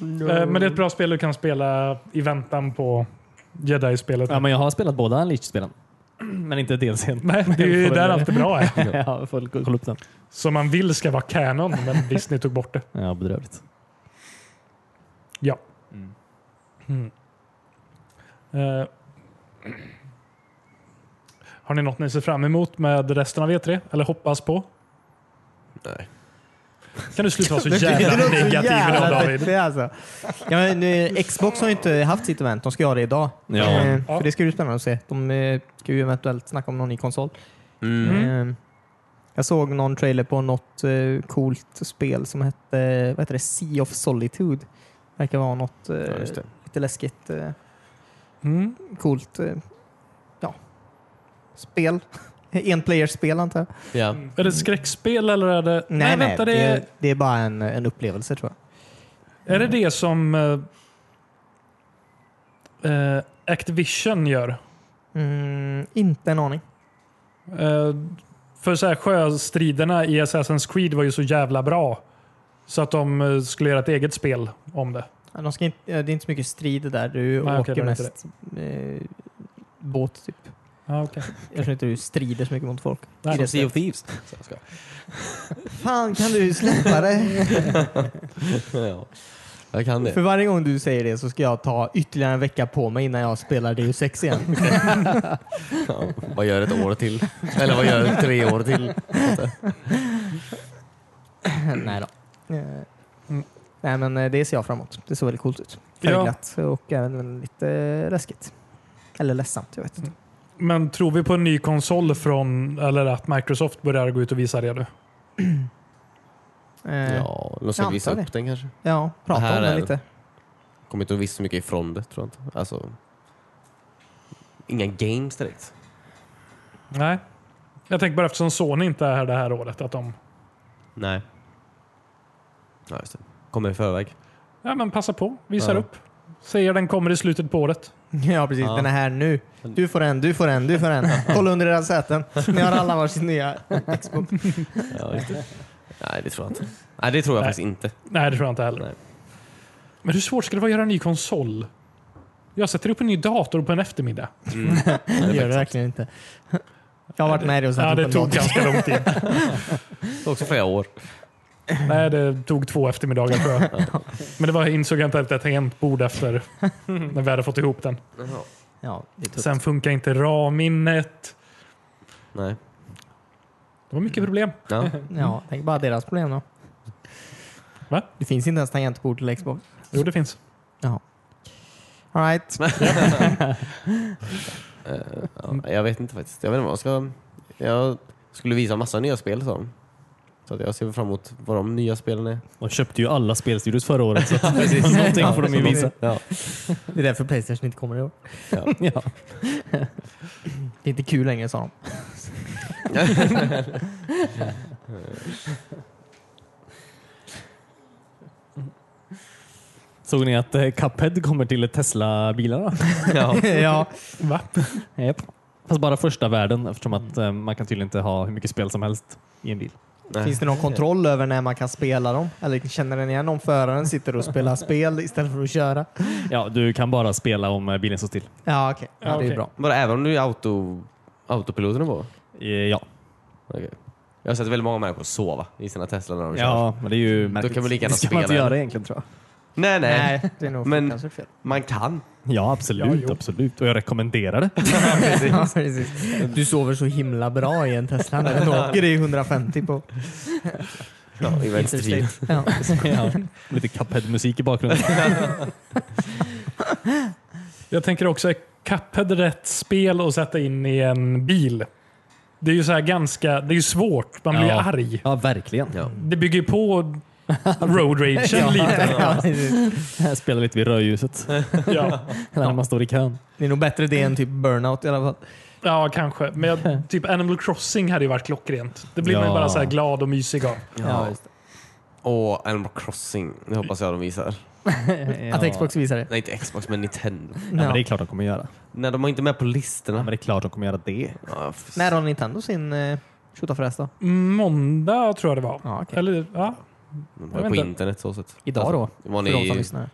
[SPEAKER 2] Eh, Men det är ett bra spel du kan spela i väntan på Jedi-spelet.
[SPEAKER 1] Ja, men jag har spelat båda Unleashed-spelen. (clears throat) Men inte DLCn.
[SPEAKER 2] Nej, det är ju
[SPEAKER 1] Får väl-
[SPEAKER 2] där allt det
[SPEAKER 1] (laughs)
[SPEAKER 2] bra är.
[SPEAKER 1] Jag får kolla upp den.
[SPEAKER 2] Som man vill ska vara canon, men Disney tog bort det.
[SPEAKER 1] Ja, bedrövligt.
[SPEAKER 2] Ja. Mm. Eh, har ni något ni ser fram emot med resten av E3? Eller hoppas på?
[SPEAKER 4] Nej.
[SPEAKER 2] Kan du sluta vara så jävla
[SPEAKER 3] låter så
[SPEAKER 2] negativ idag
[SPEAKER 3] jävla
[SPEAKER 2] David?
[SPEAKER 3] deppig, alltså. ja, men, eh, Xbox har ju inte haft sitt event. De ska göra det idag.
[SPEAKER 1] Ja.
[SPEAKER 3] Eh,
[SPEAKER 2] Ja.
[SPEAKER 3] För det ska bli spännande att se. De eh, ska ju eventuellt snacka om någon ny konsol.
[SPEAKER 4] Mm.
[SPEAKER 3] Eh, Jag såg någon trailer på något eh, coolt spel som hette vad heter det? Sea of Solitude. Verkar vara något eh,
[SPEAKER 4] Ja, just det.
[SPEAKER 3] lite läskigt, eh,
[SPEAKER 2] Mm.
[SPEAKER 3] coolt eh, ja. spel. (laughs) Enplayerspel antar jag.
[SPEAKER 4] Ja.
[SPEAKER 2] Är det ett skräckspel eller är det... vänta. Det är,
[SPEAKER 3] det, det är bara en, en upplevelse tror jag.
[SPEAKER 2] är det det som eh, eh, Activision gör?
[SPEAKER 3] Mm, inte en aning.
[SPEAKER 2] Eh, för så här, sjöstriderna i Assassin's Creed var ju så jävla bra. Så att de eh, skulle göra ett eget spel om det.
[SPEAKER 3] Ja, De ska inte, ja, det är inte så mycket strid där. Du
[SPEAKER 2] okej,
[SPEAKER 3] åker
[SPEAKER 2] det var inte
[SPEAKER 3] mest eh, båt typ.
[SPEAKER 2] Ah, okay.
[SPEAKER 3] Jag tror inte du strider så mycket mot folk.
[SPEAKER 2] Nej,
[SPEAKER 3] I det
[SPEAKER 4] Som Sea
[SPEAKER 3] spelet.
[SPEAKER 4] of Thieves. Så jag ska-
[SPEAKER 2] (laughs)
[SPEAKER 3] Fan kan du släppa det?
[SPEAKER 4] (laughs) ja. Jag kan
[SPEAKER 3] För
[SPEAKER 4] (laughs) det.
[SPEAKER 3] varje gång du säger det så ska jag ta ytterligare en vecka på mig innan jag spelar Deus Ex igen.
[SPEAKER 4] Ja, vad gör ett år till? Eller vad gör tre år till?
[SPEAKER 3] Nej då. Eh, Nej men eh, det ser jag fram emot. Det såg väldigt coolt ut.
[SPEAKER 2] Ja.
[SPEAKER 3] Färgglatt och även lite eh, läskigt. Eller ledsamt, jag vet inte.
[SPEAKER 2] Men tror vi på en ny konsol från, eller att Microsoft börjar gå ut och visa det nu?
[SPEAKER 3] Eh, ja.
[SPEAKER 4] Ja, de ska
[SPEAKER 3] Jag
[SPEAKER 4] visa
[SPEAKER 3] antar
[SPEAKER 4] upp den kanske.
[SPEAKER 3] prata
[SPEAKER 4] Det här
[SPEAKER 3] om det
[SPEAKER 4] är-
[SPEAKER 3] lite. (laughs)
[SPEAKER 4] Kommer inte att visa så mycket ifrån det tror jag inte. Alltså, inga games direkt.
[SPEAKER 2] Nej. Jag tänker bara eftersom Sony inte är här det här året att de
[SPEAKER 4] Nej. Ja, just det. Kommer i förväg.
[SPEAKER 2] ja, men passar på, visar
[SPEAKER 4] Ja.
[SPEAKER 2] upp. Säger den kommer i slutet på året.
[SPEAKER 3] Ja precis,
[SPEAKER 4] Ja.
[SPEAKER 3] den är här nu. Du får en, du får en, du
[SPEAKER 2] (laughs)
[SPEAKER 3] får en. Kolla under era säten. Ni har alla varsitt nya Xbox.
[SPEAKER 4] (laughs) Ja, just det. Nej, det tror jag inte. Nej, det tror jag
[SPEAKER 2] Nej.
[SPEAKER 4] faktiskt inte.
[SPEAKER 2] Nej, det tror jag inte heller.
[SPEAKER 4] Nej.
[SPEAKER 2] Men hur svårt ska det vara att göra en ny konsol? Jag sätter upp en ny dator på en eftermiddag.
[SPEAKER 4] Mm.
[SPEAKER 3] Det gör det verkligen inte. Jag har varit med i det och
[SPEAKER 2] Ja,
[SPEAKER 3] satt
[SPEAKER 2] det
[SPEAKER 3] upp en
[SPEAKER 2] tog
[SPEAKER 3] dator.
[SPEAKER 2] ganska lång
[SPEAKER 3] (laughs)
[SPEAKER 2] tid.
[SPEAKER 4] Det tog (laughs) också flera år.
[SPEAKER 2] Nej, det tog två eftermiddagar tror jag. Men det var, jag insåg jag inte att det är ett tangentbord efter när vi hade fått ihop den.
[SPEAKER 3] Ja, det tog.
[SPEAKER 2] Sen funkar inte RAM-minnet.
[SPEAKER 4] Nej. (laughs)
[SPEAKER 2] Det var mycket problem.
[SPEAKER 4] Ja.
[SPEAKER 3] Ja, tänk bara deras problem då.
[SPEAKER 2] Va?
[SPEAKER 3] Det finns inte ens tangentbord till Xbox.
[SPEAKER 2] Jo, det finns.
[SPEAKER 3] Alright.
[SPEAKER 4] Eh, ja, jag vet inte faktiskt. Jag vet inte vad jag ska... Jag skulle visa massa nya spel sa de. Så att jag ser fram emot vad de nya spelen är.
[SPEAKER 1] De köpte ju alla spelstudios förra året, så att någonting får de ju visa.
[SPEAKER 4] Ja.
[SPEAKER 3] Det är därför Playstation inte kommer i år.
[SPEAKER 1] Ja.
[SPEAKER 3] Det är inte kul längre sa de.
[SPEAKER 1] Såg ni att eh, Cuphead kommer till (laughs) Tesla-bilarna?
[SPEAKER 4] ja.
[SPEAKER 3] ja.
[SPEAKER 2] Va?
[SPEAKER 1] Yep. Fast bara första världen eftersom att eh, man kan tydligen inte ha hur mycket spel som helst i en bil.
[SPEAKER 4] Nej.
[SPEAKER 3] Finns det någon kontroll över när man kan spela dem? Eller känner den igen om föraren sitter och spelar spel istället för att köra?
[SPEAKER 1] Ja, du kan bara spela om eh, bilen står still.
[SPEAKER 3] Ja, okej. Ja,
[SPEAKER 2] Ja,
[SPEAKER 3] det är
[SPEAKER 2] okej.
[SPEAKER 3] bra.
[SPEAKER 4] (laughs) Bara även om du är auto, autopiloten på?
[SPEAKER 1] Eh, Ja,
[SPEAKER 4] Okej. Jag har sett väldigt många människor sova i sina Tesla när de kör.
[SPEAKER 1] ja men det är ju märkligt.
[SPEAKER 4] kan vi lika gärna
[SPEAKER 1] det ska man inte
[SPEAKER 4] spela den.
[SPEAKER 1] göra egentligen tror jag.
[SPEAKER 4] Nej, nej.
[SPEAKER 3] Nej, det är nog
[SPEAKER 4] Men-
[SPEAKER 3] kanske fel.
[SPEAKER 4] Man kan.
[SPEAKER 1] Ja, absolut. absolut. Och jag rekommenderar det.
[SPEAKER 3] Ja, precis. Du sover så himla bra i en Tesla när den åker i 150 på
[SPEAKER 4] Ja, i vänsterfil.
[SPEAKER 3] Interstate. Ja.
[SPEAKER 1] (laughs) ja. Lite Cuphead-musik i bakgrunden.
[SPEAKER 2] Jag tänker också, är Cuphead rätt spel att sätta in i en bil? Det är ju så här ganska, det är ju svårt, man blir
[SPEAKER 1] Ja.
[SPEAKER 2] arg.
[SPEAKER 1] Ja, verkligen.
[SPEAKER 4] Ja.
[SPEAKER 2] Det bygger ju på road ragen lite.
[SPEAKER 3] (laughs) Ja,
[SPEAKER 1] (laughs)
[SPEAKER 3] precis.
[SPEAKER 1] Jag spelar lite vid rödljuset. (laughs)
[SPEAKER 2] Ja.
[SPEAKER 1] När man står i (laughs) kön.
[SPEAKER 3] det är nog bättre det än typ burnout i alla fall.
[SPEAKER 2] ja, kanske. Men jag, typ Animal Crossing hade ju varit klockrent. Det blir man ju
[SPEAKER 1] Ja.
[SPEAKER 2] bara så här glad och mysig av.
[SPEAKER 4] Ja. Och Animal Crossing. Det hoppas jag de visar.
[SPEAKER 3] Att Xbox visar det.
[SPEAKER 4] Nej, inte Xbox, men Nintendo.
[SPEAKER 1] Ja, men det
[SPEAKER 3] Ja.
[SPEAKER 1] är klart de kommer göra.
[SPEAKER 4] Nej, de är inte med på listorna.
[SPEAKER 1] Ja, men det är klart de kommer göra det.
[SPEAKER 4] Ja, f-
[SPEAKER 3] När har Nintendo sin eh, tjotafräs då?
[SPEAKER 2] Måndag tror jag det var.
[SPEAKER 3] Ja, okej.
[SPEAKER 2] Eller, ja.
[SPEAKER 4] de
[SPEAKER 2] jag
[SPEAKER 4] var
[SPEAKER 2] vet
[SPEAKER 4] på
[SPEAKER 2] inte.
[SPEAKER 4] internet så sett.
[SPEAKER 3] Idag då?
[SPEAKER 4] Alltså, var,
[SPEAKER 3] För de som
[SPEAKER 4] ni,
[SPEAKER 3] lyssnar.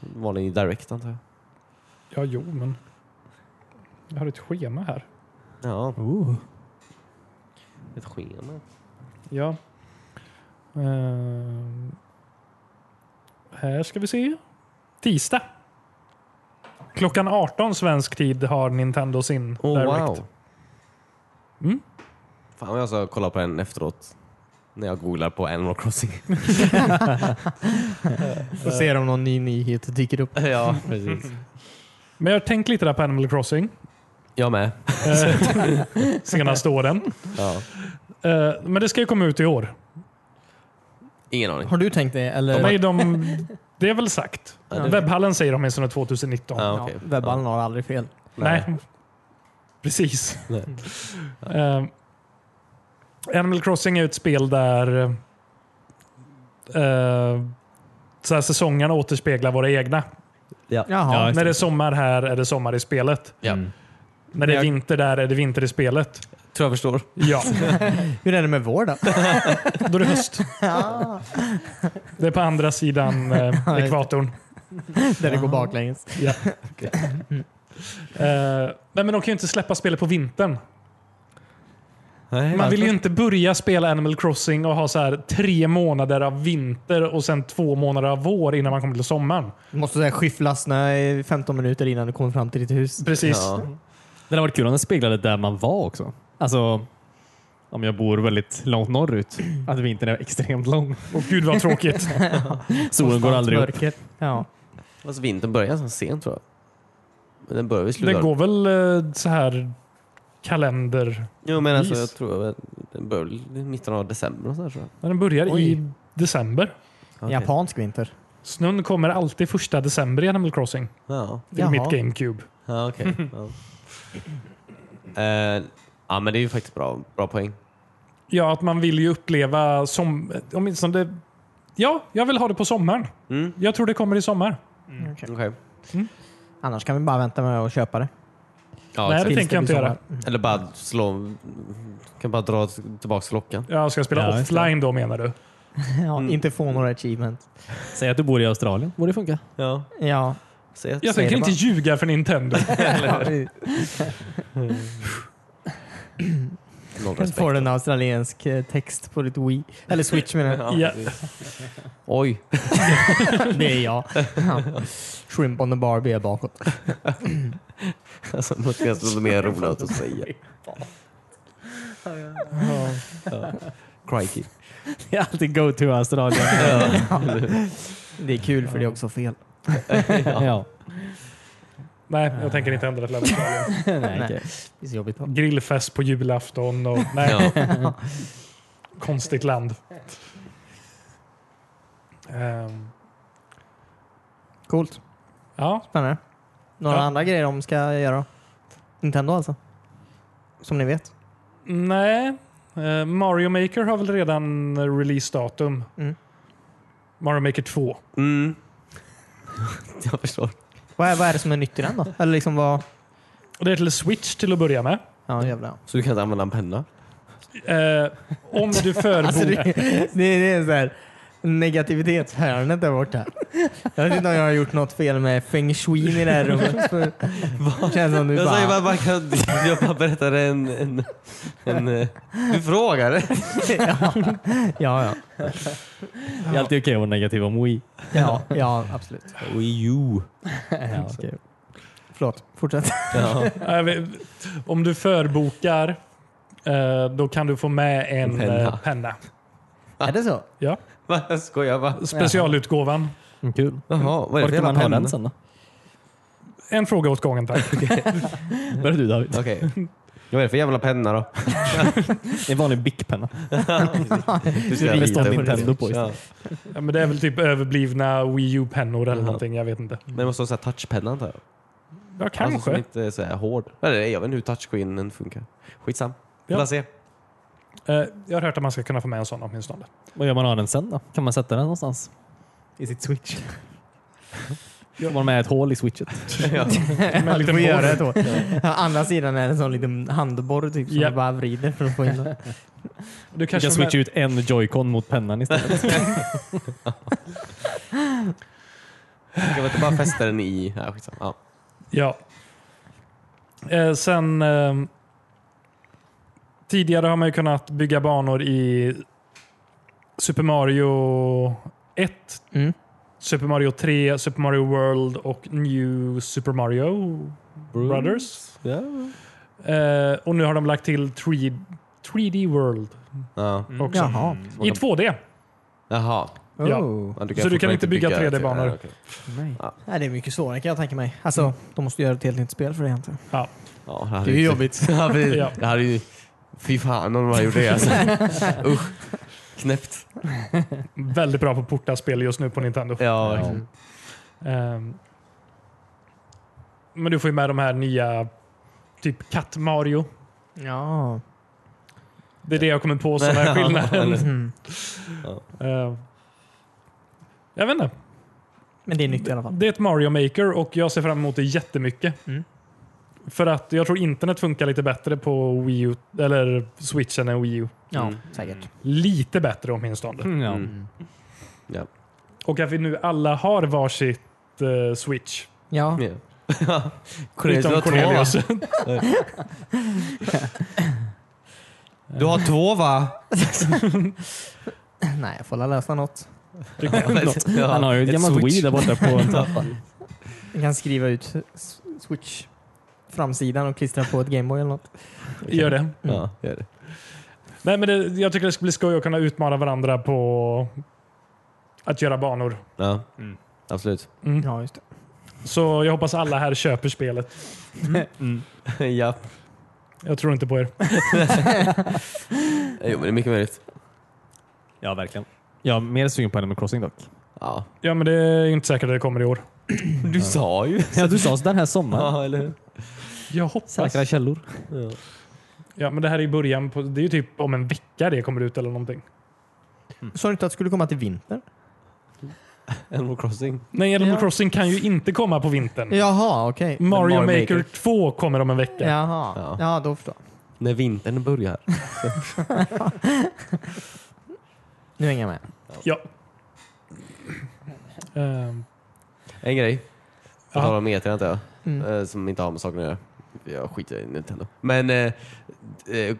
[SPEAKER 4] var ni direkt antar jag?
[SPEAKER 2] ja, jo, men. Jag har ett schema här.
[SPEAKER 4] Ja,
[SPEAKER 1] Ooh.
[SPEAKER 4] ett schema.
[SPEAKER 2] Ja. Ehm, här ska vi se. Tisdag. Klockan 18 svensk tid har Nintendo sin
[SPEAKER 4] Oh,
[SPEAKER 2] Direct.
[SPEAKER 4] wow.
[SPEAKER 2] Mm.
[SPEAKER 4] Fan vad jag ska kolla på den efteråt. När jag googlar på
[SPEAKER 3] (laughs)
[SPEAKER 4] Animal Crossing.
[SPEAKER 3] Får se om någon ny nyhet dyker upp.
[SPEAKER 4] ja, precis.
[SPEAKER 2] Men jag har tänkt lite där på Animal Crossing
[SPEAKER 4] Jag med.
[SPEAKER 2] eh, (laughs) senaste åren.
[SPEAKER 4] Ja.
[SPEAKER 2] Eh, men det ska ju komma ut i år.
[SPEAKER 4] Ingen
[SPEAKER 3] (laughs)
[SPEAKER 4] aning.
[SPEAKER 3] Har du tänkt det? Eller?
[SPEAKER 2] Nej, de, det är väl sagt.
[SPEAKER 4] Ja, det-
[SPEAKER 2] Webbhallen säger de åtminstone 2019.
[SPEAKER 4] Ja,
[SPEAKER 3] Ja,
[SPEAKER 4] okej.
[SPEAKER 3] Webballen har aldrig fel.
[SPEAKER 2] Nej. Precis.
[SPEAKER 4] Nej.
[SPEAKER 2] Eh, Animal Crossing är ett spel där eh, så här säsongerna återspeglar våra egna.
[SPEAKER 1] Ja,
[SPEAKER 3] Jaha.
[SPEAKER 1] just
[SPEAKER 2] När det är sommar här är det sommar i spelet.
[SPEAKER 4] Ja.
[SPEAKER 1] Mm.
[SPEAKER 2] När det är
[SPEAKER 4] Jag-
[SPEAKER 2] vinter där är det vinter i spelet.
[SPEAKER 4] Tror jag förstår.
[SPEAKER 2] Ja,
[SPEAKER 3] Hur är det med vår då?
[SPEAKER 2] då är det höst.
[SPEAKER 3] Ja.
[SPEAKER 2] Det är på andra sidan eh,
[SPEAKER 3] det.
[SPEAKER 2] ekvatorn.
[SPEAKER 3] Där det går baklänges.
[SPEAKER 2] Ja. Eh, nej, men de kan ju inte släppa spelet på vintern.
[SPEAKER 4] Nej,
[SPEAKER 2] Man vill ju inte börja spela Animal Crossing och ha så här tre månader av vinter och sen två månader av vår innan man kommer till sommaren.
[SPEAKER 3] Du måste så här skyffla snö i 15 minuter innan du kommer fram till ditt hus.
[SPEAKER 2] Precis.
[SPEAKER 4] Ja.
[SPEAKER 1] Det hade varit kul om den speglade där man var också. Alltså, om jag bor väldigt långt norrut, att vintern är extremt lång.
[SPEAKER 2] Och gud vad tråkigt.
[SPEAKER 1] Solen går
[SPEAKER 3] Konstant
[SPEAKER 1] aldrig upp.
[SPEAKER 3] mörker. Ja.
[SPEAKER 4] Fast vintern börjar ganska sent tror jag. Men den börjar vid
[SPEAKER 2] det
[SPEAKER 4] slutet.
[SPEAKER 2] går väl eh, så här kalender...
[SPEAKER 4] Jo, men alltså,
[SPEAKER 2] Is.
[SPEAKER 4] jag tror att den börjar väl i mitten av december och sådär tror jag.
[SPEAKER 2] Men Den börjar
[SPEAKER 3] Oj.
[SPEAKER 2] i december.
[SPEAKER 4] Okej.
[SPEAKER 3] Japansk vinter.
[SPEAKER 2] Snön kommer alltid första december i Animal Crossing.
[SPEAKER 4] Ja,
[SPEAKER 2] Det är
[SPEAKER 3] Jaha.
[SPEAKER 2] mitt GameCube.
[SPEAKER 4] ja okej.
[SPEAKER 2] (laughs)
[SPEAKER 4] ja. Eh, ja, men det är ju faktiskt bra, bra poäng.
[SPEAKER 2] Ja, att man vill ju uppleva som... eh, Åtminstone... det- Ja, jag vill ha det på sommaren.
[SPEAKER 4] Mm.
[SPEAKER 2] Jag tror det kommer i sommar.
[SPEAKER 3] Okej.
[SPEAKER 4] Okej.
[SPEAKER 3] Annars kan vi bara vänta med att köpa det.
[SPEAKER 4] Ja,
[SPEAKER 2] Nej,
[SPEAKER 4] exakt.
[SPEAKER 2] det
[SPEAKER 3] Tills
[SPEAKER 2] tänker jag
[SPEAKER 3] blir
[SPEAKER 2] inte göra.
[SPEAKER 3] sommar.
[SPEAKER 4] Eller bara slå... Kan bara dra tillbaka klockan.
[SPEAKER 2] Jag ska spela
[SPEAKER 1] Ja, just det.
[SPEAKER 2] offline då menar du?
[SPEAKER 3] Ja, Inte få några achievement.
[SPEAKER 1] Säg att du bor i Australien, borde det (laughs) funka.
[SPEAKER 4] Ja.
[SPEAKER 3] Ja.
[SPEAKER 4] Se att-
[SPEAKER 2] Jag
[SPEAKER 3] Säger
[SPEAKER 2] tänker
[SPEAKER 3] det
[SPEAKER 2] inte ljuga för Nintendo.
[SPEAKER 4] Noll
[SPEAKER 3] Kan
[SPEAKER 4] respekt.
[SPEAKER 3] få en australiensk eh, text på ditt Wii. Eller Switch menar jag.
[SPEAKER 4] Ja,
[SPEAKER 2] Ja.
[SPEAKER 4] precis. Oj. (laughs)
[SPEAKER 3] (laughs) Det är jag. Ja. Shrimp on the Barbie är bakåt.
[SPEAKER 4] Alltså, något ganska mer roligt att säga. Crikey.
[SPEAKER 1] Det är alltid go to Australien.
[SPEAKER 3] Det är kul för det är också fel.
[SPEAKER 1] (laughs) (laughs) ja.
[SPEAKER 2] Nej, jag tänker inte ändra till
[SPEAKER 4] (laughs)
[SPEAKER 2] Australien.
[SPEAKER 1] Nej, okej.
[SPEAKER 3] Det är så jobbigt.
[SPEAKER 2] Grillfest på julafton och
[SPEAKER 4] (laughs)
[SPEAKER 2] nej,
[SPEAKER 4] Ja.
[SPEAKER 2] konstigt land. Ehm,
[SPEAKER 3] Coolt.
[SPEAKER 2] ja,
[SPEAKER 3] Spännande. Några
[SPEAKER 2] Ja.
[SPEAKER 3] andra grejer de ska göra? Nintendo alltså? Som ni vet.
[SPEAKER 2] nej. Eh, Mario Maker har väl redan release-datum.
[SPEAKER 3] Mm.
[SPEAKER 2] Mario Maker 2.
[SPEAKER 4] Mm. Jag förstår.
[SPEAKER 3] Vad är, vad är det som är nytt i den då? Eller liksom vad...
[SPEAKER 2] Och det är till Switch till att börja med.
[SPEAKER 3] Ja, jävlar.
[SPEAKER 4] Så du kan inte använda en penna?
[SPEAKER 2] Eh, om
[SPEAKER 3] (laughs)
[SPEAKER 2] du förbokar...
[SPEAKER 3] Alltså det, det, det är så här negativitetshörnet där borta. Jag vet inte om jag har gjort något fel med feng shui i det här rummet. (laughs) För det känns som du
[SPEAKER 4] Jag säger bara,
[SPEAKER 3] bara...
[SPEAKER 4] man kan, (laughs) jag bara berättade en, en, en, eh, Du frågade.
[SPEAKER 3] (laughs) ja, ja,
[SPEAKER 1] Det är alltid okej att vara negativ om Wii.
[SPEAKER 3] ja, ja, absolut.
[SPEAKER 4] Wii U.
[SPEAKER 1] Ja, okej.
[SPEAKER 3] Förlåt, fortsätt.
[SPEAKER 4] Ja.
[SPEAKER 2] Nej, vi- Om du förbokar eh, då kan du få med en
[SPEAKER 4] En penna.
[SPEAKER 2] penna. penna.
[SPEAKER 3] (laughs) Är det så?
[SPEAKER 2] Ja.
[SPEAKER 4] Va, Jag skojar bara.
[SPEAKER 2] Specialutgåvan.
[SPEAKER 1] Mm, Kul.
[SPEAKER 4] Jaha, vad är
[SPEAKER 1] Var
[SPEAKER 4] det för
[SPEAKER 1] kan man
[SPEAKER 4] jävla
[SPEAKER 1] ha
[SPEAKER 4] penna?
[SPEAKER 1] den sen då?
[SPEAKER 2] En fråga åt gången
[SPEAKER 4] (laughs)
[SPEAKER 2] tack.
[SPEAKER 1] Var är du David?
[SPEAKER 4] Okej. Vad är det för jävla penna då?
[SPEAKER 1] Det är en vanlig Bic-penna.
[SPEAKER 4] Du ska
[SPEAKER 1] Det
[SPEAKER 4] lita
[SPEAKER 1] står
[SPEAKER 4] på
[SPEAKER 1] Nintendo på
[SPEAKER 4] Ja.
[SPEAKER 2] Ja, men det är väl typ överblivna Wii U-pennor eller någonting. Jag vet inte.
[SPEAKER 4] Men det måste vara så här touchpenna antar jag?
[SPEAKER 2] Ja,
[SPEAKER 4] Alltså,
[SPEAKER 2] kanske.
[SPEAKER 4] som inte är så här hård. Eller jag vet inte hur touchscreenen funkar. Skitsam. Vi
[SPEAKER 2] Ja.
[SPEAKER 4] får se.
[SPEAKER 2] Eh, jag har hört att man ska kunna få med en sån åtminstone.
[SPEAKER 1] Vad gör man av den sen då? Kan man sätta den någonstans? I sitt
[SPEAKER 3] (laughs)
[SPEAKER 1] switch? Får man med ett hål i switchet?
[SPEAKER 4] Ja.
[SPEAKER 2] Med en
[SPEAKER 3] Du
[SPEAKER 2] liten
[SPEAKER 3] får göra
[SPEAKER 2] borr.
[SPEAKER 3] ett år. Ja, andra sidan är det en sån liten handborr typ, som
[SPEAKER 2] Ja.
[SPEAKER 3] du bara vrider för att få in den.
[SPEAKER 2] Du
[SPEAKER 1] Jag
[SPEAKER 2] kanske
[SPEAKER 1] kan
[SPEAKER 2] får med,
[SPEAKER 1] switcha ut en joycon mot pennan istället.
[SPEAKER 4] Kan vi inte bara fästa den i... Ja, skitsam. Ja.
[SPEAKER 2] ja. eh, sen eh, tidigare har man ju kunnat bygga banor i Super Mario 1
[SPEAKER 3] Mm.
[SPEAKER 2] Super Mario 3, Super Mario World och New Super Mario Brothers.
[SPEAKER 1] Ja.
[SPEAKER 2] Eh, och nu har de lagt till 3, 3D World
[SPEAKER 4] Ja.
[SPEAKER 2] också.
[SPEAKER 3] Jaha.
[SPEAKER 2] I 2D.
[SPEAKER 4] Jaha.
[SPEAKER 2] Ja.
[SPEAKER 3] Oh.
[SPEAKER 4] Ja,
[SPEAKER 2] Så du kan
[SPEAKER 4] fortfarande
[SPEAKER 2] inte bygga 3D-banor.
[SPEAKER 4] Ja, okej.
[SPEAKER 3] Nej, det är mycket svårare kan jag tänka mig. Alltså, de måste göra ett helt nytt spel för det egentligen.
[SPEAKER 4] Ja, det hade
[SPEAKER 3] Det är ju
[SPEAKER 4] ju-
[SPEAKER 3] jobbigt.
[SPEAKER 4] (laughs) Ja, precis.
[SPEAKER 2] Ja.
[SPEAKER 4] Det hade ju... Fy fan om de hade gjort det (laughs) alltså. Usch. Knäppt.
[SPEAKER 2] Väldigt bra på portaspel just nu på Nintendo.
[SPEAKER 4] Ja,
[SPEAKER 1] Ja.
[SPEAKER 4] verkligen.
[SPEAKER 2] Ehm, men du får ju med de här nya, typ Katt Mario.
[SPEAKER 3] Ja.
[SPEAKER 2] Det är det jag kommer på som är skillnaden.
[SPEAKER 3] Mm.
[SPEAKER 2] Ehm, jag vet inte.
[SPEAKER 3] Men det är nytt i alla fall.
[SPEAKER 2] Det är ett Mario Maker och jag ser fram emot det jättemycket.
[SPEAKER 3] Mm.
[SPEAKER 2] För att jag tror internet funkar lite bättre på Wii U, eller switchen än Wii U.
[SPEAKER 3] Ja,
[SPEAKER 4] Mm.
[SPEAKER 3] säkert.
[SPEAKER 2] Lite bättre åtminstone.
[SPEAKER 1] ja.
[SPEAKER 4] Mm. Ja.
[SPEAKER 2] Och att vi nu alla har varsitt eh, switch.
[SPEAKER 3] Ja. (laughs)
[SPEAKER 4] Ja.
[SPEAKER 2] Utom
[SPEAKER 4] du har två.
[SPEAKER 2] Cornelius.
[SPEAKER 4] Du har två va?
[SPEAKER 3] Nej, jag får väl läsa något.
[SPEAKER 1] Han har ju ett gammalt Wii där borta på (laughs) en trappa.
[SPEAKER 3] Jag kan skriva ut S- Switch framsidan och klistra på ett Gameboy eller något.
[SPEAKER 2] Gör det.
[SPEAKER 4] Ja, gör det.
[SPEAKER 2] Nej, men det, jag tycker det ska bli skoj att kunna utmana varandra på att göra banor.
[SPEAKER 4] Ja.
[SPEAKER 1] Mm.
[SPEAKER 4] Absolut. (laughs)
[SPEAKER 3] Ja, just det.
[SPEAKER 2] Så jag hoppas alla här köper spelet.
[SPEAKER 4] ja.
[SPEAKER 2] Jag tror inte på er.
[SPEAKER 4] Jo, men det är mycket möjligt.
[SPEAKER 1] Ja, verkligen. Jag är mer sugen på Animal Crossing dock.
[SPEAKER 4] Ja.
[SPEAKER 2] Ja, men det är ju inte säkert att det kommer i år.
[SPEAKER 4] Du sa ju.
[SPEAKER 1] Ja, du sa så den här sommaren.
[SPEAKER 4] Ja, eller hur?
[SPEAKER 2] Jag hoppas.
[SPEAKER 1] Säkra källor.
[SPEAKER 2] Ja, men det här är i början. På, det är ju typ om en vecka det kommer ut eller någonting.
[SPEAKER 3] Sa du inte att det skulle komma till vinter?
[SPEAKER 4] Animal Crossing.
[SPEAKER 2] Nej, Animal
[SPEAKER 3] Ja.
[SPEAKER 2] Crossing kan ju inte komma på vintern.
[SPEAKER 3] Jaha, okej.
[SPEAKER 2] Mario,
[SPEAKER 4] Mario
[SPEAKER 2] Maker,
[SPEAKER 4] Maker.
[SPEAKER 2] 2 kommer om en vecka.
[SPEAKER 3] Jaha.
[SPEAKER 4] Ja.
[SPEAKER 3] Ja. ja, då förstår jag.
[SPEAKER 4] När vintern börjar.
[SPEAKER 3] Nu hänger jag med.
[SPEAKER 2] Ja. Ehm,
[SPEAKER 4] En grej. På
[SPEAKER 2] Ja.
[SPEAKER 4] tal om E3 antar jag.
[SPEAKER 3] Mm.
[SPEAKER 4] Eh, Som inte har med saken att göra. Jag skiter i Nintendo. Men eh, eh,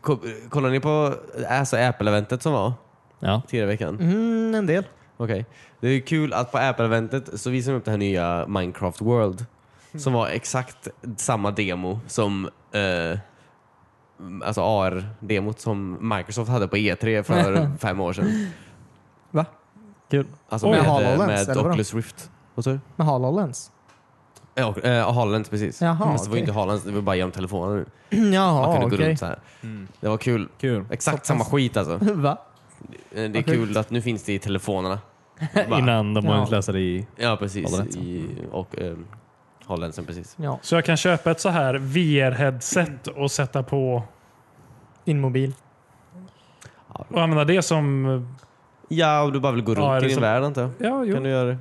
[SPEAKER 4] ko- kollar ni på alltså, Apple-eventet som var
[SPEAKER 1] Ja.
[SPEAKER 4] tidigare i veckan?
[SPEAKER 3] Mm, en del.
[SPEAKER 4] Okej. Det är kul att på Apple-eventet så visar de upp det här nya Minecraft World. Som var exakt samma demo som eh, alltså AR-demot som Microsoft hade på
[SPEAKER 3] (laughs)
[SPEAKER 4] E3 för fem år sedan.
[SPEAKER 3] Va?
[SPEAKER 1] Kul.
[SPEAKER 4] Alltså
[SPEAKER 2] Oj.
[SPEAKER 4] med,
[SPEAKER 3] Med HoloLens,
[SPEAKER 4] med
[SPEAKER 3] eller vadå?
[SPEAKER 4] Oculus Rift. Vad sa du?
[SPEAKER 3] Med HoloLens?
[SPEAKER 4] Ja, och- eh, HoloLens precis.
[SPEAKER 3] Jaha,
[SPEAKER 4] Fast det var
[SPEAKER 3] okej.
[SPEAKER 4] inte HoloLens, det var bara genom telefonen nu.
[SPEAKER 3] (clears throat)
[SPEAKER 4] Man
[SPEAKER 3] Jaha,
[SPEAKER 4] kunde gå
[SPEAKER 3] okej.
[SPEAKER 4] runt så här. Det var kul.
[SPEAKER 1] Kul.
[SPEAKER 4] Exakt samma skit alltså.
[SPEAKER 3] (laughs)
[SPEAKER 4] Eh,
[SPEAKER 3] Va?
[SPEAKER 4] Det är
[SPEAKER 3] Vad sjukt.
[SPEAKER 4] kul att nu finns det i telefonerna. Bara-
[SPEAKER 1] Innan de
[SPEAKER 3] Ja.
[SPEAKER 1] har lösa det i...
[SPEAKER 4] Ja, precis.
[SPEAKER 1] HoloLensen.
[SPEAKER 4] I, och eh, HoloLensen precis.
[SPEAKER 3] Ja,
[SPEAKER 2] så jag kan köpa ett så här VR-headset och sätta på
[SPEAKER 3] din mobil.
[SPEAKER 2] och använda det som...
[SPEAKER 4] Ja, om du bara vill gå runt
[SPEAKER 2] Ja, är
[SPEAKER 4] i
[SPEAKER 2] det
[SPEAKER 4] din
[SPEAKER 2] så-
[SPEAKER 4] värld antar jag.
[SPEAKER 2] Ja, jo.
[SPEAKER 4] Kan du göra det?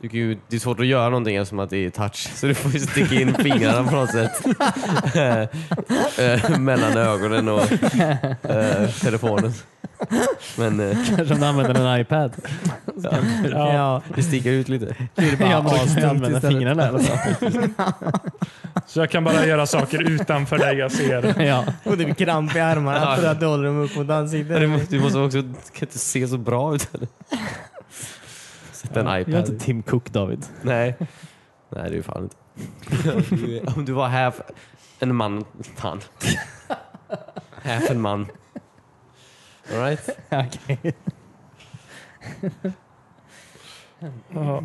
[SPEAKER 4] Du kan ju, det är svårt att göra någonting eftersom att det är touch, så du får ju sticka (laughs) in fingrarna på något (laughs) sätt. Eh, eh, Mellan ögonen och eh, telefonen. Men eh,
[SPEAKER 1] Kanske om du använder en iPad.
[SPEAKER 2] Ja.
[SPEAKER 3] Ja.
[SPEAKER 4] det sticker ut lite.
[SPEAKER 1] Blir det bara
[SPEAKER 3] Ja, man kan
[SPEAKER 1] asdumt
[SPEAKER 3] använda
[SPEAKER 1] istället.
[SPEAKER 3] fingrarna
[SPEAKER 2] Så jag kan bara göra saker utanför där jag ser.
[SPEAKER 1] ja.
[SPEAKER 3] Och det blir kramp i armarna för att du håller dem upp mot
[SPEAKER 4] Du
[SPEAKER 3] ansiktet.
[SPEAKER 4] måste, du måste också, du kan inte se så bra ut. eller? Sätta en
[SPEAKER 1] Gör inte
[SPEAKER 4] iPad.
[SPEAKER 1] Tim Cook, David.
[SPEAKER 4] Nej. Nej, det är ju fan inte. Du är- (laughs) Om du var half en man. Fan. Half en man. Alright? (laughs)
[SPEAKER 1] Okej.
[SPEAKER 2] Ja.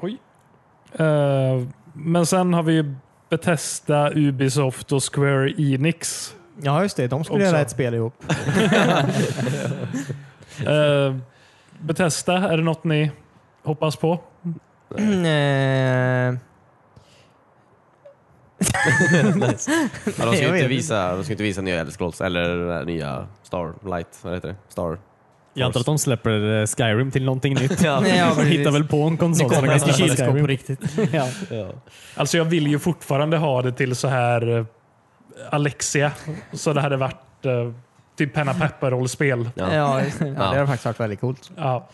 [SPEAKER 2] Oj. Eh, men sen har vi ju Bethesda, Ubisoft och Square Enix.
[SPEAKER 3] Ja, just det. De skulle
[SPEAKER 2] Också.
[SPEAKER 3] göra ett spel ihop. (clears throat)
[SPEAKER 2] Eh, Bethesda, är det något ni hoppas på?
[SPEAKER 3] Eh,
[SPEAKER 4] Men de, ska
[SPEAKER 3] jag
[SPEAKER 4] ju inte
[SPEAKER 3] vet
[SPEAKER 4] visa, de ska ju inte visa nya Elder Scrolls eller det där nya Starlight. Vad heter det? Star.
[SPEAKER 1] Jag antar att de släpper eh, Skyrim till någonting
[SPEAKER 3] (laughs)
[SPEAKER 1] nytt.
[SPEAKER 4] Ja,
[SPEAKER 3] Nej, ja,
[SPEAKER 1] De
[SPEAKER 3] precis.
[SPEAKER 1] (laughs) hittar väl på en
[SPEAKER 3] Det
[SPEAKER 1] konsol som
[SPEAKER 3] kommer
[SPEAKER 1] kan
[SPEAKER 3] ett
[SPEAKER 1] släppa
[SPEAKER 3] kylskåp på
[SPEAKER 1] Skyrim.
[SPEAKER 3] riktigt.
[SPEAKER 1] Ja.
[SPEAKER 4] Ja.
[SPEAKER 2] Alltså jag vill ju fortfarande ha det till så här eh, Alexia. Så det hade varit eh, typ penna papper rollspel.
[SPEAKER 4] Ja. (laughs) Ja.
[SPEAKER 3] Ja, just det. ja, det hade faktiskt varit väldigt coolt.
[SPEAKER 2] Ja,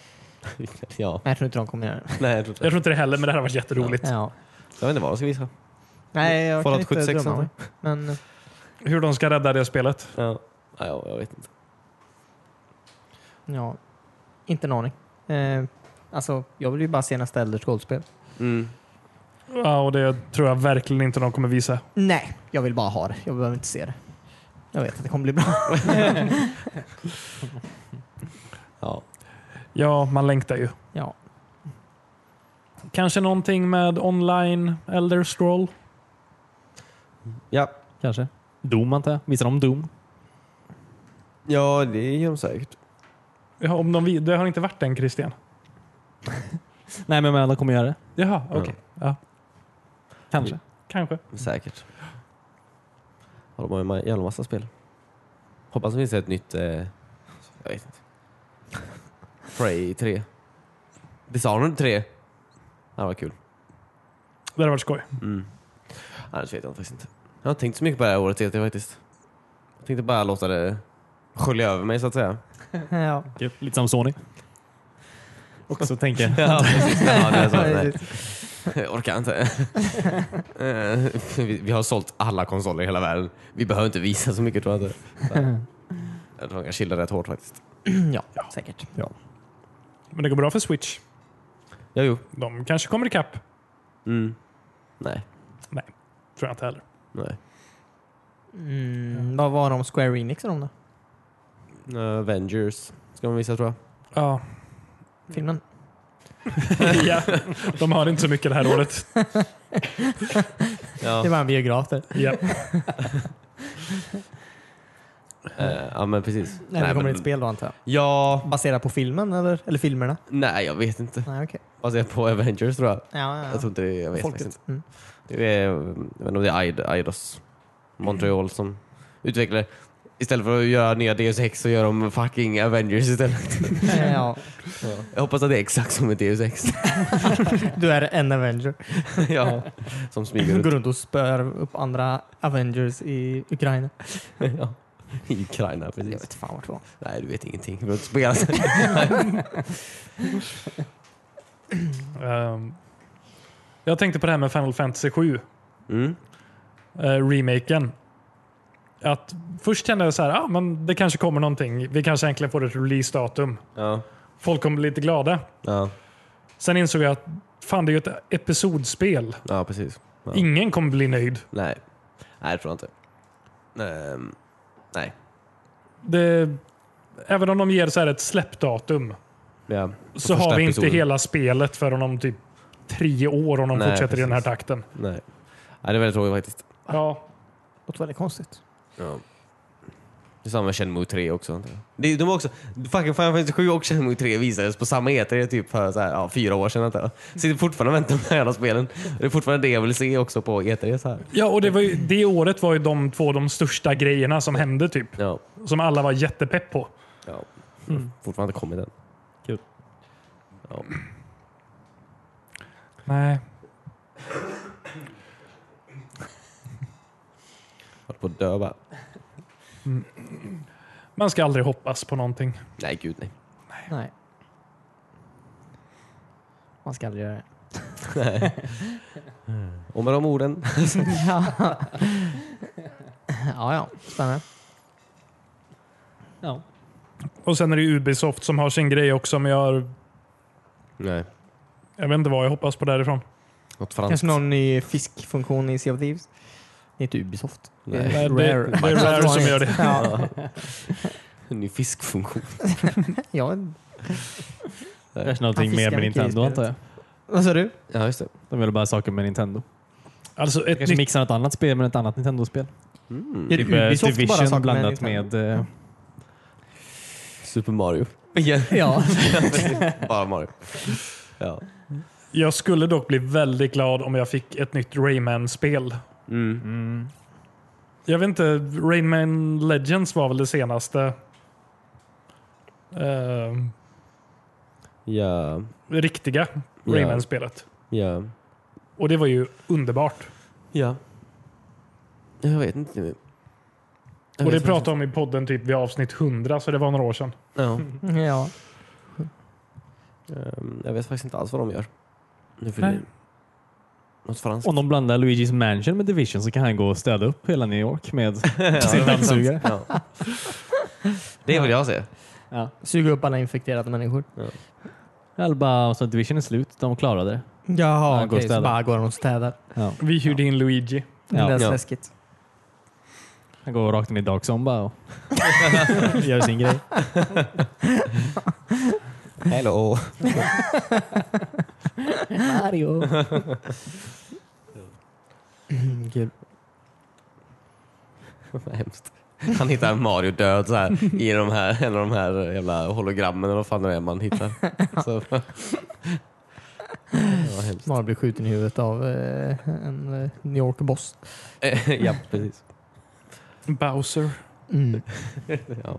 [SPEAKER 3] Men jag tror inte de kommer göra det.
[SPEAKER 4] Nej, jag tror inte
[SPEAKER 2] jag
[SPEAKER 4] det.
[SPEAKER 2] tror inte det heller, men det hade varit jätteroligt.
[SPEAKER 3] Ja.
[SPEAKER 4] Jag vet inte vad de ska visa.
[SPEAKER 3] Nej, jag
[SPEAKER 4] Fallout
[SPEAKER 3] kan inte
[SPEAKER 4] 76
[SPEAKER 3] drömma mig. Men eh,
[SPEAKER 2] Hur de ska rädda det spelet.
[SPEAKER 4] Ja. Nej, jag- jag vet inte.
[SPEAKER 3] ja, inte en aning. Eh, alltså, jag vill ju bara se nästa Elder Scrolls-spel.
[SPEAKER 4] Mm.
[SPEAKER 2] Ja, och det tror jag verkligen inte de kommer visa.
[SPEAKER 3] Nej, jag vill bara ha det. Jag behöver inte se det. Jag vet att det kommer bli bra.
[SPEAKER 4] Ja.
[SPEAKER 2] Ja, man längtar ju.
[SPEAKER 3] Ja.
[SPEAKER 2] Kanske någonting med online Elder Scroll?
[SPEAKER 4] Ja.
[SPEAKER 1] Kanske. Doom antar jag. Visar de Doom?
[SPEAKER 4] ja, det gör de säkert.
[SPEAKER 2] Ja, om de, vi- det har inte varit den Christian?
[SPEAKER 1] Nej, men alla kommer göra det.
[SPEAKER 2] Jaha, okej. Ja,
[SPEAKER 1] Kanske.
[SPEAKER 2] kanske.
[SPEAKER 4] Säkert. Ja, de har ju en jävla massa spel. Hoppas det finns ett nytt... Eh, jag vet inte. Prey 3. Dishonored 3. Ja, vad kul.
[SPEAKER 2] Det hade varit skoj.
[SPEAKER 4] Mm. Annars vet jag faktiskt inte. Jag har inte tänkt så mycket på det här året E3 faktiskt. Jag tänkte bara låta det skölja över mig så att (laughs) säga.
[SPEAKER 3] (laughs) Ja.
[SPEAKER 1] Kul. Lite som Sony. Också tänker jag.
[SPEAKER 4] Ja, precis. Ja, det är så. Nej. Jag orkar inte. Eh, vi, vi har sålt alla konsoler i hela världen. Vi behöver inte visa så mycket tror jag inte. Så. Jag tror de kan chilla rätt hårt faktiskt.
[SPEAKER 3] ja, säkert.
[SPEAKER 2] Men det går bra för Switch.
[SPEAKER 4] Ja, jo.
[SPEAKER 2] De kanske kommer ikapp.
[SPEAKER 4] Mm. Nej.
[SPEAKER 2] Nej, tror jag inte heller.
[SPEAKER 4] Nej.
[SPEAKER 3] Mm, vad var de Square Enix om då?
[SPEAKER 4] Eh, Avengers ska de visa tror jag.
[SPEAKER 2] Ja.
[SPEAKER 3] Filmen?
[SPEAKER 2] (laughs) ja, de har inte så mycket det här året.
[SPEAKER 4] (laughs) Ja,
[SPEAKER 3] Det var en biograf där.
[SPEAKER 2] Ja.
[SPEAKER 4] eh, ja men precis.
[SPEAKER 3] Nej, det kommer
[SPEAKER 4] men,
[SPEAKER 3] ett spel då antar jag.
[SPEAKER 4] Ja,
[SPEAKER 3] Baserat på filmen eller, eller filmerna?
[SPEAKER 4] nej jag vet inte.
[SPEAKER 3] Nej, okej.
[SPEAKER 4] Baserat på Avengers tror jag.
[SPEAKER 3] Ja, ja,
[SPEAKER 4] Jag tror inte det, jag vet faktiskt inte.
[SPEAKER 3] Folket. Mm. (laughs)
[SPEAKER 4] Det är, eh, jag vet inte om det är Id- Eidos Montreal som utvecklar Istället för att göra nya Deus Ex så gör de fucking Avengers istället.
[SPEAKER 3] ja,
[SPEAKER 4] Jag hoppas att det är exakt som ett Deus Ex. (laughs)
[SPEAKER 3] du är en Avenger.
[SPEAKER 4] ja. Som smyger
[SPEAKER 3] Du går
[SPEAKER 4] ut.
[SPEAKER 3] runt och spör upp andra Avengers i Ukraina.
[SPEAKER 4] (laughs) ja. I Ukraina
[SPEAKER 3] Jag
[SPEAKER 4] precis.
[SPEAKER 3] vet fan vart det var.
[SPEAKER 4] Nej du vet ingenting. Du behöver inte spela så.
[SPEAKER 2] Ehm, jag tänkte på det här med Final Fantasy 7.
[SPEAKER 4] (laughs) Mm.
[SPEAKER 2] eh, remaken. Att först kände jag så här, ah, men det kanske kommer någonting. Vi kanske äntligen får ett release-datum.
[SPEAKER 4] Ja.
[SPEAKER 2] Folk kommer bli lite glada.
[SPEAKER 4] Ja.
[SPEAKER 2] Sen insåg jag att fan, det är ju ett episodspel.
[SPEAKER 4] ja precis. Ja.
[SPEAKER 2] Ingen kommer bli nöjd.
[SPEAKER 4] Nej. Nej det tror jag inte. Ehm, nej.
[SPEAKER 2] Det, även om de ger så här ett släppdatum
[SPEAKER 4] Ja.
[SPEAKER 2] så
[SPEAKER 4] Första
[SPEAKER 2] har vi
[SPEAKER 4] episoden.
[SPEAKER 2] inte hela spelet förrän om typ tre år om de
[SPEAKER 4] Nej,
[SPEAKER 2] fortsätter i den här
[SPEAKER 4] precis.
[SPEAKER 2] takten.
[SPEAKER 4] Nej. nej. Det är väldigt tråkigt faktiskt.
[SPEAKER 2] Ja,
[SPEAKER 3] Låter väldigt konstigt.
[SPEAKER 4] Ja. Det är samma med Shenmue 3 också. antar jag. Det, de var också, fucking Final Fantasy 7 och Shenmue 3 visades på samma E3 typ för så här, ja, fyra år sedan. antar jag. Sitter fortfarande och väntar på de här jävla spelen. Det är fortfarande det jag vill se också på E3. Så här.
[SPEAKER 2] ja och det, var ju, det året var ju de två de största grejerna som hände typ.
[SPEAKER 4] Ja, Mm.
[SPEAKER 2] Som alla var jättepepp på.
[SPEAKER 4] ja. Fortfarande inte kommit än.
[SPEAKER 1] Kul.
[SPEAKER 4] Ja.
[SPEAKER 2] Nej.
[SPEAKER 4] Håller på att dö bara.
[SPEAKER 2] Man ska aldrig hoppas på någonting.
[SPEAKER 4] Nej, gud nej.
[SPEAKER 3] Nej. Man ska aldrig göra
[SPEAKER 1] (laughs)
[SPEAKER 3] det.
[SPEAKER 4] Och med de orden.
[SPEAKER 3] ja, (laughs) ja. Spännande. Ja.
[SPEAKER 2] Och sen är det ju Ubisoft som har sin grej också, men jag, har,
[SPEAKER 4] Nej,
[SPEAKER 2] jag vet inte vad jag hoppas på därifrån.
[SPEAKER 4] något franskt.
[SPEAKER 3] Kanske någon ny fiskfunktion i Sea of Thieves? Det är inte Ubisoft.
[SPEAKER 4] Nej.
[SPEAKER 2] Nej, det- det
[SPEAKER 4] (laughs)
[SPEAKER 2] är Rare som gör det.
[SPEAKER 3] Ja.
[SPEAKER 4] En ny fiskfunktion.
[SPEAKER 3] Ja.
[SPEAKER 1] Kanske någonting
[SPEAKER 3] Han
[SPEAKER 1] mer med
[SPEAKER 3] fiskar mycket i
[SPEAKER 1] Nintendo
[SPEAKER 3] spelet.
[SPEAKER 1] antar jag.
[SPEAKER 3] Vad sa du?
[SPEAKER 1] Mm.
[SPEAKER 4] Ja, just det.
[SPEAKER 1] De vill bara saker med Nintendo.
[SPEAKER 2] Alltså ett
[SPEAKER 1] Kanske
[SPEAKER 2] nytt,
[SPEAKER 1] mixar ett annat spel med ett annat Nintendo-spel.
[SPEAKER 4] Mm.
[SPEAKER 3] Gör
[SPEAKER 1] Typ eh,
[SPEAKER 3] Ubisoft bara liksom? saker
[SPEAKER 1] Division
[SPEAKER 3] med
[SPEAKER 1] blandat
[SPEAKER 3] Nintendo?
[SPEAKER 1] med... eh,
[SPEAKER 4] Super Mario.
[SPEAKER 1] (laughs)
[SPEAKER 3] Ja.
[SPEAKER 4] Bara Mario. Ja.
[SPEAKER 2] jag skulle dock bli väldigt glad om jag fick ett nytt Rayman-spel.
[SPEAKER 4] Mm.
[SPEAKER 1] mm,
[SPEAKER 2] Jag vet inte, Rayman Legends var väl det senaste. eh,
[SPEAKER 4] Ja.
[SPEAKER 2] riktiga
[SPEAKER 4] Ja.
[SPEAKER 2] Rayman-spelet.
[SPEAKER 4] Ja.
[SPEAKER 2] Och det var ju underbart.
[SPEAKER 4] Ja. Jag vet inte. Jag
[SPEAKER 2] Och
[SPEAKER 4] vet
[SPEAKER 2] det
[SPEAKER 4] inte.
[SPEAKER 2] pratade om i podden typ vid avsnitt 100, så det var några år sedan.
[SPEAKER 4] Ja.
[SPEAKER 3] Mm. ja.
[SPEAKER 4] Ehm, Jag vet faktiskt inte alls vad de gör. Nu för
[SPEAKER 2] Nej.
[SPEAKER 4] tiden. Något franskt.
[SPEAKER 1] om de blandar Luigi's Mansion med Division så kan han gå och städa upp hela New York (laughs) med sin dammsugare.
[SPEAKER 4] Ja. Det vill jag se.
[SPEAKER 3] Suga upp alla infekterade människor.
[SPEAKER 1] Eller bara, så att Division är slut. De klarade det.
[SPEAKER 3] Jaha,
[SPEAKER 1] Ja,
[SPEAKER 3] okej.
[SPEAKER 1] går och
[SPEAKER 3] så
[SPEAKER 1] städar.
[SPEAKER 3] bara går de och städar.
[SPEAKER 2] Vi hyrde in Luigi.
[SPEAKER 3] Det
[SPEAKER 1] Ja.
[SPEAKER 3] lät
[SPEAKER 4] Ja.
[SPEAKER 3] läskigt.
[SPEAKER 1] Han går rakt in i Dark Zone (laughs) bara och gör sin grej.
[SPEAKER 4] (laughs) Hello.
[SPEAKER 3] Mario. Mm, Kul.
[SPEAKER 4] (laughs) Vad hemskt. Han hittar Mario död så här, i de här, en av de här jävla hologrammen eller vad fan det är man hittar. Så. (laughs) Ja, vad hemskt.
[SPEAKER 3] Mario blir skjuten i huvudet av eh, en eh, New York-boss.
[SPEAKER 4] Eh, (laughs) ja, precis.
[SPEAKER 2] Bowser.
[SPEAKER 3] Mm.
[SPEAKER 4] Ja.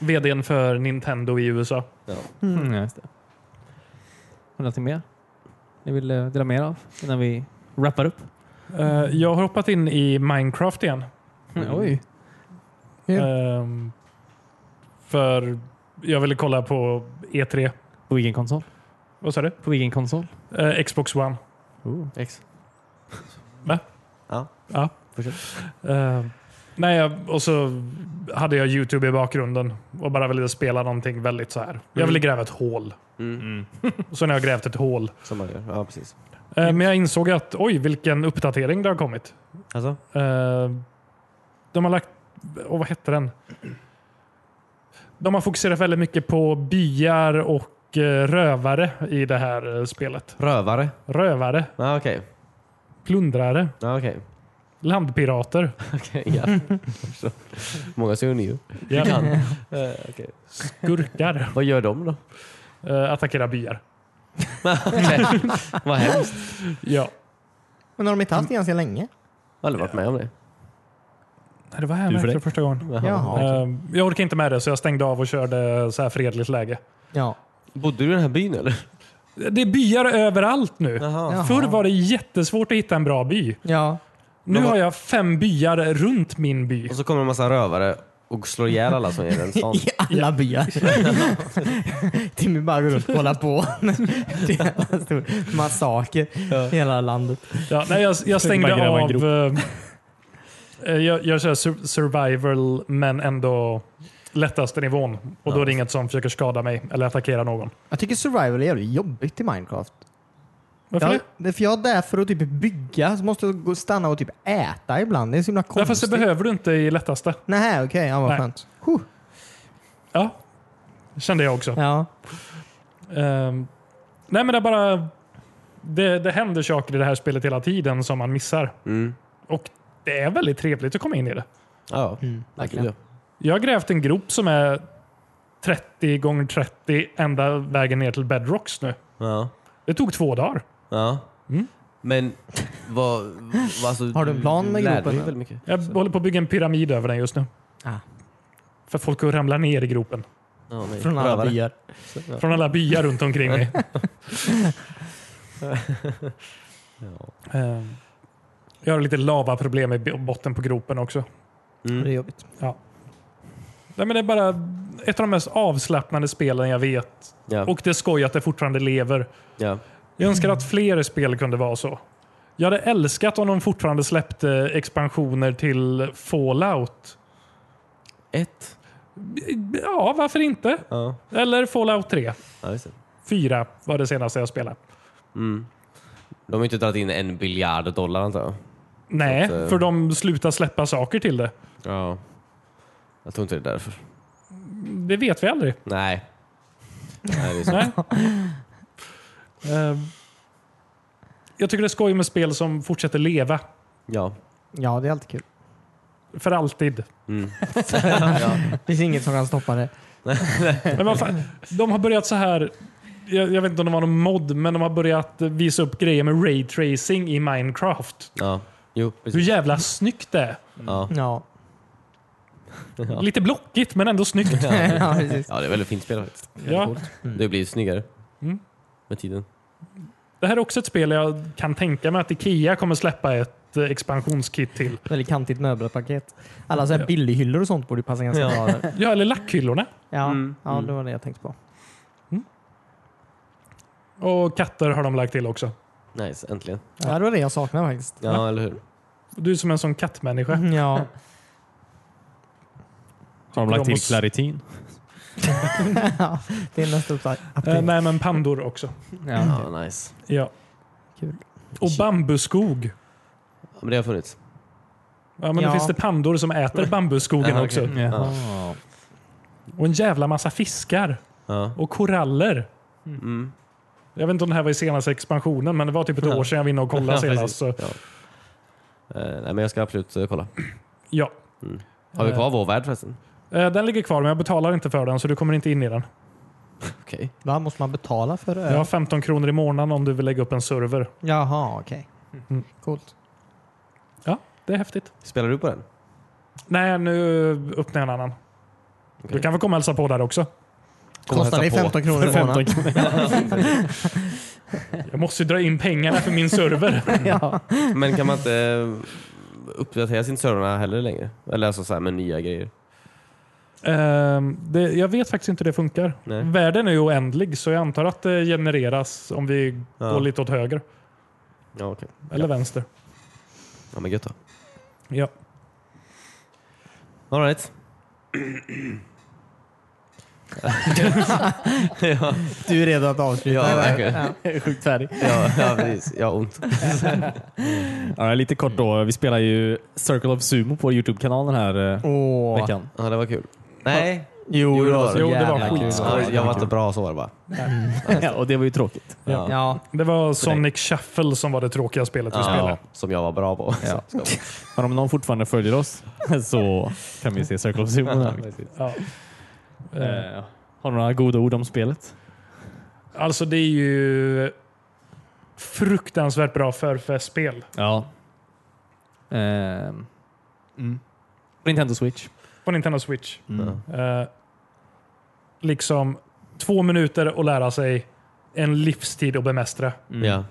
[SPEAKER 2] VDn för Nintendo i USA.
[SPEAKER 1] (laughs) Mm, ja, just det. Har ni någonting mer ni vill eh, dela med er av innan vi wrappar upp?
[SPEAKER 2] Eh, jag har hoppat in i Minecraft igen.
[SPEAKER 1] Oj.
[SPEAKER 3] Ja.
[SPEAKER 2] Ehm, för jag ville kolla på E3.
[SPEAKER 1] På vilken konsol?
[SPEAKER 2] Vad sa du?
[SPEAKER 1] På vilken konsol?
[SPEAKER 2] Eh, Xbox One.
[SPEAKER 4] X.
[SPEAKER 2] Ja.
[SPEAKER 4] Fortsätt.
[SPEAKER 2] Eh, nej, jag- och så hade jag YouTube i bakgrunden och bara ville spela någonting väldigt så här. Jag ville gräva ett hål.
[SPEAKER 1] Mm.
[SPEAKER 2] Och så när jag grävt ett hål.
[SPEAKER 4] Mm. Som man gör. Ja, precis.
[SPEAKER 2] Eh, men jag insåg att oj, vilken uppdatering det har kommit.
[SPEAKER 4] Alltså?
[SPEAKER 2] Eh, de har lagt, och vad hette den? De har fokuserat väldigt mycket på byar och eh, rövare i det här eh, spelet.
[SPEAKER 4] Rövare?
[SPEAKER 2] Rövare,
[SPEAKER 4] Ja, okej.
[SPEAKER 2] plundrare,
[SPEAKER 4] Ja, okej. (laughs)
[SPEAKER 2] landpirater.
[SPEAKER 4] Okej, ja. (laughs) Så. Många ser ju.
[SPEAKER 2] Ja,
[SPEAKER 4] Kan. Eh, okej.
[SPEAKER 2] Skurkar.
[SPEAKER 4] Vad gör de då?
[SPEAKER 2] Eh, attackera byar.
[SPEAKER 4] Vad hemskt.
[SPEAKER 2] Ja.
[SPEAKER 3] Men har de inte haft det ganska länge?
[SPEAKER 4] Jag har aldrig varit med om det.
[SPEAKER 2] Nej, det var här
[SPEAKER 1] Du för
[SPEAKER 2] för
[SPEAKER 1] dig.
[SPEAKER 2] första gången.
[SPEAKER 4] Jaha.
[SPEAKER 3] Jaha.
[SPEAKER 2] Eh, jag orkade inte med det så jag stängde av och körde så här fredligt läge.
[SPEAKER 3] Ja.
[SPEAKER 4] Bodde du i den här byn eller?
[SPEAKER 2] Det är byar överallt nu.
[SPEAKER 4] Jaha.
[SPEAKER 3] Jaha.
[SPEAKER 2] Förr var det jättesvårt att hitta en bra by.
[SPEAKER 3] Ja.
[SPEAKER 2] Nu
[SPEAKER 4] De var-
[SPEAKER 2] har jag fem byar runt min by.
[SPEAKER 4] Och så kommer en massa rövare och slår ihjäl alla som är i den (laughs) stan.
[SPEAKER 3] I alla (laughs) byar. Timmy bara går runt och kollar på. det är en stor massaker i hela landet.
[SPEAKER 2] Ja, nej, jag, jag stängde
[SPEAKER 1] Bara gräva en
[SPEAKER 2] av... eh, jag, jag kör sur- survival men ändå lättaste nivån. Och då är det inget som försöker skada mig eller attackera någon.
[SPEAKER 3] Jag tycker survival är jävligt jobbigt i Minecraft.
[SPEAKER 2] Varför
[SPEAKER 3] Jag,
[SPEAKER 2] det?
[SPEAKER 3] det är för jag är där för att typ bygga, så måste jag gå och stanna och typ äta ibland. Det är så himla
[SPEAKER 2] Ja,
[SPEAKER 3] konstigt.
[SPEAKER 2] fast det behöver du inte i lättaste.
[SPEAKER 3] Nej, okej. Ja, vad
[SPEAKER 2] Nej.
[SPEAKER 3] skönt. Huh.
[SPEAKER 2] Ja, kände jag också.
[SPEAKER 3] Ja.
[SPEAKER 2] Ehm, nej men det är bara... Det, det händer saker i det här spelet hela tiden som man missar.
[SPEAKER 4] Mm.
[SPEAKER 2] Och det är väldigt trevligt att komma in i det.
[SPEAKER 4] Ja, ja.
[SPEAKER 3] Mm,
[SPEAKER 4] verkligen.
[SPEAKER 3] verkligen.
[SPEAKER 2] Jag har grävt en grop som är 30 gånger 30 ända vägen ner till Bedrocks nu.
[SPEAKER 4] Ja.
[SPEAKER 2] Det tog två dagar.
[SPEAKER 4] ja.
[SPEAKER 2] Mm.
[SPEAKER 4] Men vad... vad- Alltså,
[SPEAKER 3] Har du en plan med
[SPEAKER 4] lärde
[SPEAKER 3] gropen,
[SPEAKER 4] dig
[SPEAKER 3] eller?
[SPEAKER 4] väldigt mycket.
[SPEAKER 2] Jag håller på att bygga en pyramid över den just nu.
[SPEAKER 3] Ah.
[SPEAKER 2] För folk ramlar ner i gropen.
[SPEAKER 4] Ja, nej.
[SPEAKER 3] Från alla
[SPEAKER 4] Rövare.
[SPEAKER 3] byar.
[SPEAKER 2] Från alla byar runt omkring mig. Ehm, Jag har lite lavaproblem i botten på gropen också.
[SPEAKER 3] Det är
[SPEAKER 4] Mm.
[SPEAKER 3] jobbigt.
[SPEAKER 2] Nej, men det är bara ett av de mest avslappnande spelen jag vet.
[SPEAKER 4] Ja.
[SPEAKER 2] Och det är skoj att det fortfarande lever.
[SPEAKER 4] Ja.
[SPEAKER 2] Jag önskar att fler spel kunde vara så. Jag hade älskat om de fortfarande släppte expansioner till Fallout.
[SPEAKER 4] Ett.
[SPEAKER 2] Ja, varför inte?
[SPEAKER 4] Ja,
[SPEAKER 2] Eller Fallout 3.
[SPEAKER 4] ja just det.
[SPEAKER 2] 4 var det senaste jag spelade.
[SPEAKER 4] Mm. De har ju inte dragit in en biljard dollar antar jag.
[SPEAKER 2] Nej,
[SPEAKER 4] Så att, eh,
[SPEAKER 2] för de slutar släppa saker till det.
[SPEAKER 4] Ja. Jag tror inte det är därför.
[SPEAKER 2] Det vet vi aldrig.
[SPEAKER 4] Nej. Nej, det är så.
[SPEAKER 2] Nej. Eh, jag tycker det är skoj med spel som fortsätter leva.
[SPEAKER 4] Ja.
[SPEAKER 3] Ja, det är alltid kul.
[SPEAKER 2] För alltid.
[SPEAKER 4] Mm.
[SPEAKER 3] Det finns inget som kan stoppa det.
[SPEAKER 2] Men vad fan, de har börjat så här. Jag, jag vet inte om det var någon mod, men de har börjat visa upp grejer med raytracing i Minecraft.
[SPEAKER 4] Ja. Jo,
[SPEAKER 2] Hur
[SPEAKER 4] precis.
[SPEAKER 2] jävla snyggt det är.
[SPEAKER 4] Ja.
[SPEAKER 3] Ja,
[SPEAKER 4] Ja.
[SPEAKER 2] Lite blockigt, men ändå
[SPEAKER 4] (laughs)
[SPEAKER 2] snyggt.
[SPEAKER 3] (laughs) ja precis.
[SPEAKER 4] ja, det är väldigt fint spel faktiskt.
[SPEAKER 2] Ja,
[SPEAKER 4] Det blir snyggare
[SPEAKER 2] Mm.
[SPEAKER 4] med tiden.
[SPEAKER 2] det här är också ett spel jag kan tänka mig att Ikea kommer släppa ett eh, expansionskit till.
[SPEAKER 3] Väldigt kantigt möbelpaket. Alla så här billighyllor och sånt borde ju passa ganska
[SPEAKER 4] Ja.
[SPEAKER 3] bra (laughs) där.
[SPEAKER 2] Ja, eller lackhyllorna.
[SPEAKER 3] Ja,
[SPEAKER 4] Mm.
[SPEAKER 3] ja, det var det jag tänkte på.
[SPEAKER 2] Och katter har de lagt till också.
[SPEAKER 4] Nice, äntligen.
[SPEAKER 3] Ja, det var det jag saknade faktiskt.
[SPEAKER 4] Ja, eller hur?
[SPEAKER 2] Du är som en sån kattmänniska.
[SPEAKER 3] Mm, Ja,
[SPEAKER 1] Har de lagt
[SPEAKER 2] De
[SPEAKER 1] till
[SPEAKER 2] måste-
[SPEAKER 1] klaritin?
[SPEAKER 3] det är nästa upptag.
[SPEAKER 2] Eh, nej, men pandor också.
[SPEAKER 3] Ja.
[SPEAKER 4] Ja, nice.
[SPEAKER 2] Ja.
[SPEAKER 3] Kul.
[SPEAKER 2] Och bambuskog.
[SPEAKER 4] Ja, men det har funnits.
[SPEAKER 2] Ja, men
[SPEAKER 3] Ja.
[SPEAKER 2] Då finns det pandor som äter bambuskogen
[SPEAKER 4] Ja, okej.
[SPEAKER 2] också.
[SPEAKER 1] Jaha.
[SPEAKER 2] Och en jävla massa fiskar.
[SPEAKER 4] Ja.
[SPEAKER 2] Och koraller.
[SPEAKER 4] Mm.
[SPEAKER 2] Jag vet inte om det här var i senaste expansionen, men det var typ ett
[SPEAKER 4] Ja.
[SPEAKER 2] år sedan jag var inne och kollade
[SPEAKER 4] (laughs) Ja,
[SPEAKER 2] senast. Så,
[SPEAKER 4] precis. Ja. Eh, nej, men jag ska absolut eh, kolla.
[SPEAKER 2] ja.
[SPEAKER 4] Har vi kvar vår värld förresten?
[SPEAKER 2] Eh, Den ligger kvar, men jag betalar inte för den, så du kommer inte in i den.
[SPEAKER 4] Okej.
[SPEAKER 3] Vad måste man betala för
[SPEAKER 2] Jag har
[SPEAKER 3] det?
[SPEAKER 2] 15 kronor i månaden om du vill lägga upp en server.
[SPEAKER 3] Jaha, okej.
[SPEAKER 2] Mm.
[SPEAKER 3] Coolt.
[SPEAKER 2] Ja, det är häftigt.
[SPEAKER 4] Spelar du på den?
[SPEAKER 2] Nej, nu öppnar jag en annan.
[SPEAKER 4] Okej.
[SPEAKER 2] Du kan väl komma och hälsa på där också.
[SPEAKER 4] Kom och
[SPEAKER 3] Kostar det
[SPEAKER 4] hälsa på.
[SPEAKER 3] 15 kronor i månaden?
[SPEAKER 2] Jag måste ju dra in pengarna för min server.
[SPEAKER 3] ja.
[SPEAKER 4] Men kan man inte eh, uppdatera sin serverna heller längre? Eller alltså så här med nya grejer?
[SPEAKER 2] Ehm, det, jag vet faktiskt inte hur det funkar.
[SPEAKER 4] Nej.
[SPEAKER 2] Världen är ju oändlig så jag antar att det genereras om vi
[SPEAKER 4] Ja.
[SPEAKER 2] går lite åt höger
[SPEAKER 4] Ja, okej.
[SPEAKER 2] eller vänster.
[SPEAKER 4] Ja, men gött då.
[SPEAKER 2] Ja.
[SPEAKER 4] All right. ja,
[SPEAKER 3] Du är redo att avsluta?
[SPEAKER 4] Ja,
[SPEAKER 3] eller?
[SPEAKER 1] (laughs)
[SPEAKER 4] verkligen.
[SPEAKER 1] Sjukt färdig.
[SPEAKER 4] ja, ja, precis. Jag har ont.
[SPEAKER 1] Ja, lite kort då. Vi spelar ju Circle of Sumo på Youtube-kanalen här eh,
[SPEAKER 3] Åh.
[SPEAKER 1] veckan.
[SPEAKER 4] Ja, det var kul. Nej,
[SPEAKER 3] Jo, det var så
[SPEAKER 2] Jo, det var
[SPEAKER 3] jävla
[SPEAKER 2] skit.
[SPEAKER 3] kul.
[SPEAKER 4] ja, jag var inte bra så bara.
[SPEAKER 1] (laughs) Ja, och det var ju tråkigt.
[SPEAKER 4] Ja.
[SPEAKER 3] Ja, (laughs)
[SPEAKER 2] Det var Sonic Shuffle som var det tråkiga spelet vi spelade.
[SPEAKER 4] Ja, som jag var bra på.
[SPEAKER 1] Ja. Men om någon fortfarande följer oss (laughs) så kan vi se Circle of Sumo. Där.
[SPEAKER 2] Ja. Ehm,
[SPEAKER 1] Eh, har du några goda ord om spelet?
[SPEAKER 2] Alltså det är ju fruktansvärt bra förfestspel.
[SPEAKER 1] Ja. Ehm. mm. Nintendo Switch.
[SPEAKER 2] på Nintendo Switch.
[SPEAKER 4] Ja.
[SPEAKER 2] Eh, liksom två minuter att lära sig, en livstid att bemästra.
[SPEAKER 4] Ja. Du vet.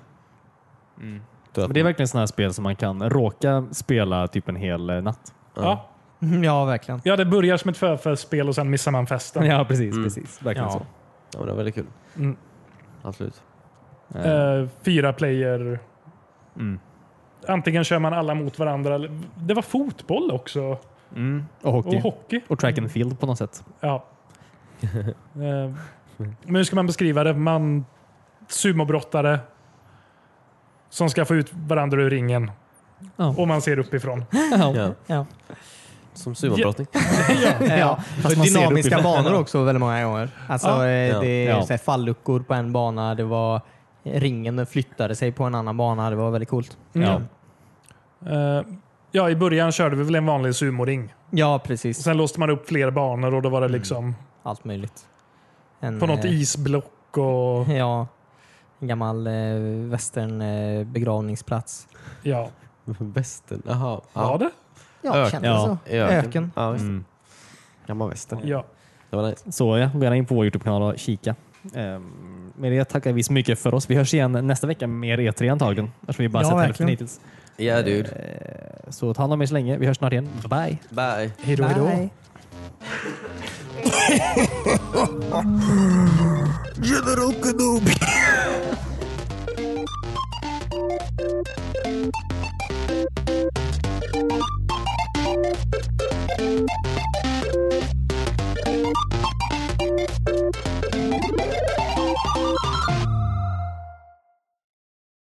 [SPEAKER 1] Mm. Men det är verkligen sådana här spel som man kan råka spela typ en hel eh, natt.
[SPEAKER 2] Ja.
[SPEAKER 3] ja verkligen.
[SPEAKER 2] Ja, det börjar som ett förfestspel och sen missar man festen.
[SPEAKER 1] Ja, precis. precis. Verkligen
[SPEAKER 3] Ja.
[SPEAKER 1] så.
[SPEAKER 4] ja, men det var väldigt kul.
[SPEAKER 2] Mm.
[SPEAKER 4] Absolut.
[SPEAKER 2] Eh, fyra player.
[SPEAKER 1] Mm.
[SPEAKER 2] Antingen kör man alla mot varandra. eller- Det var fotboll också.
[SPEAKER 1] Mm. Och hockey.
[SPEAKER 2] Och hockey.
[SPEAKER 1] Och track and field på något sätt.
[SPEAKER 2] Ja. Eh, Men hur ska man beskriva det? Man sumobrottare som ska få ut varandra ur ringen.
[SPEAKER 1] Ja.
[SPEAKER 2] Och man ser uppifrån.
[SPEAKER 4] Ja.
[SPEAKER 3] Ja.
[SPEAKER 4] Som sumobrottning.
[SPEAKER 3] Ja.
[SPEAKER 1] Fast
[SPEAKER 3] Och
[SPEAKER 1] man ser
[SPEAKER 3] dynamiska
[SPEAKER 1] uppifrån.
[SPEAKER 3] banor också väldigt många gånger. Alltså,
[SPEAKER 2] Ja.
[SPEAKER 3] eh, Det är
[SPEAKER 1] Ja.
[SPEAKER 3] så här falluckor på en bana. Det var eh, ringen flyttade sig på en annan bana. Det var väldigt coolt.
[SPEAKER 1] Mm. Ja.
[SPEAKER 2] Mm. Eh, ja, i början körde vi väl en vanlig sumoring.
[SPEAKER 3] Ja, precis.
[SPEAKER 2] Sen låste man upp fler banor och då var det
[SPEAKER 1] Mm.
[SPEAKER 2] liksom
[SPEAKER 3] Allt möjligt. En,
[SPEAKER 2] på något
[SPEAKER 3] eh,
[SPEAKER 2] isblock och
[SPEAKER 3] Ja. En gammal eh, västern eh, begravningsplats.
[SPEAKER 2] ja.
[SPEAKER 4] (laughs) Västern, jaha.
[SPEAKER 2] Var det?
[SPEAKER 3] Ja,
[SPEAKER 4] Öken.
[SPEAKER 3] kändes
[SPEAKER 1] Ja.
[SPEAKER 3] så.
[SPEAKER 4] I Öken.
[SPEAKER 3] Öken.
[SPEAKER 4] Ja, visst.
[SPEAKER 1] Mm.
[SPEAKER 4] Gammal västern.
[SPEAKER 2] Ja.
[SPEAKER 4] Det var nice.
[SPEAKER 1] Så ja, gå gärna in på vår Youtube-kanal och kika. Ehm, Med det tackar vi så mycket för oss. Vi hörs igen nästa vecka med mer E3 antagligen. Eftersom vi bara
[SPEAKER 3] Ja,
[SPEAKER 1] sett hälften
[SPEAKER 3] verkligen.
[SPEAKER 1] hittills.
[SPEAKER 4] Yeah dude.
[SPEAKER 1] Eh, Så ta hand om er så länge. Vi hörs snart igen. Bye bye!
[SPEAKER 4] Bye.
[SPEAKER 2] Hej då, hej då.
[SPEAKER 3] Bye.
[SPEAKER 6] General Kenobi.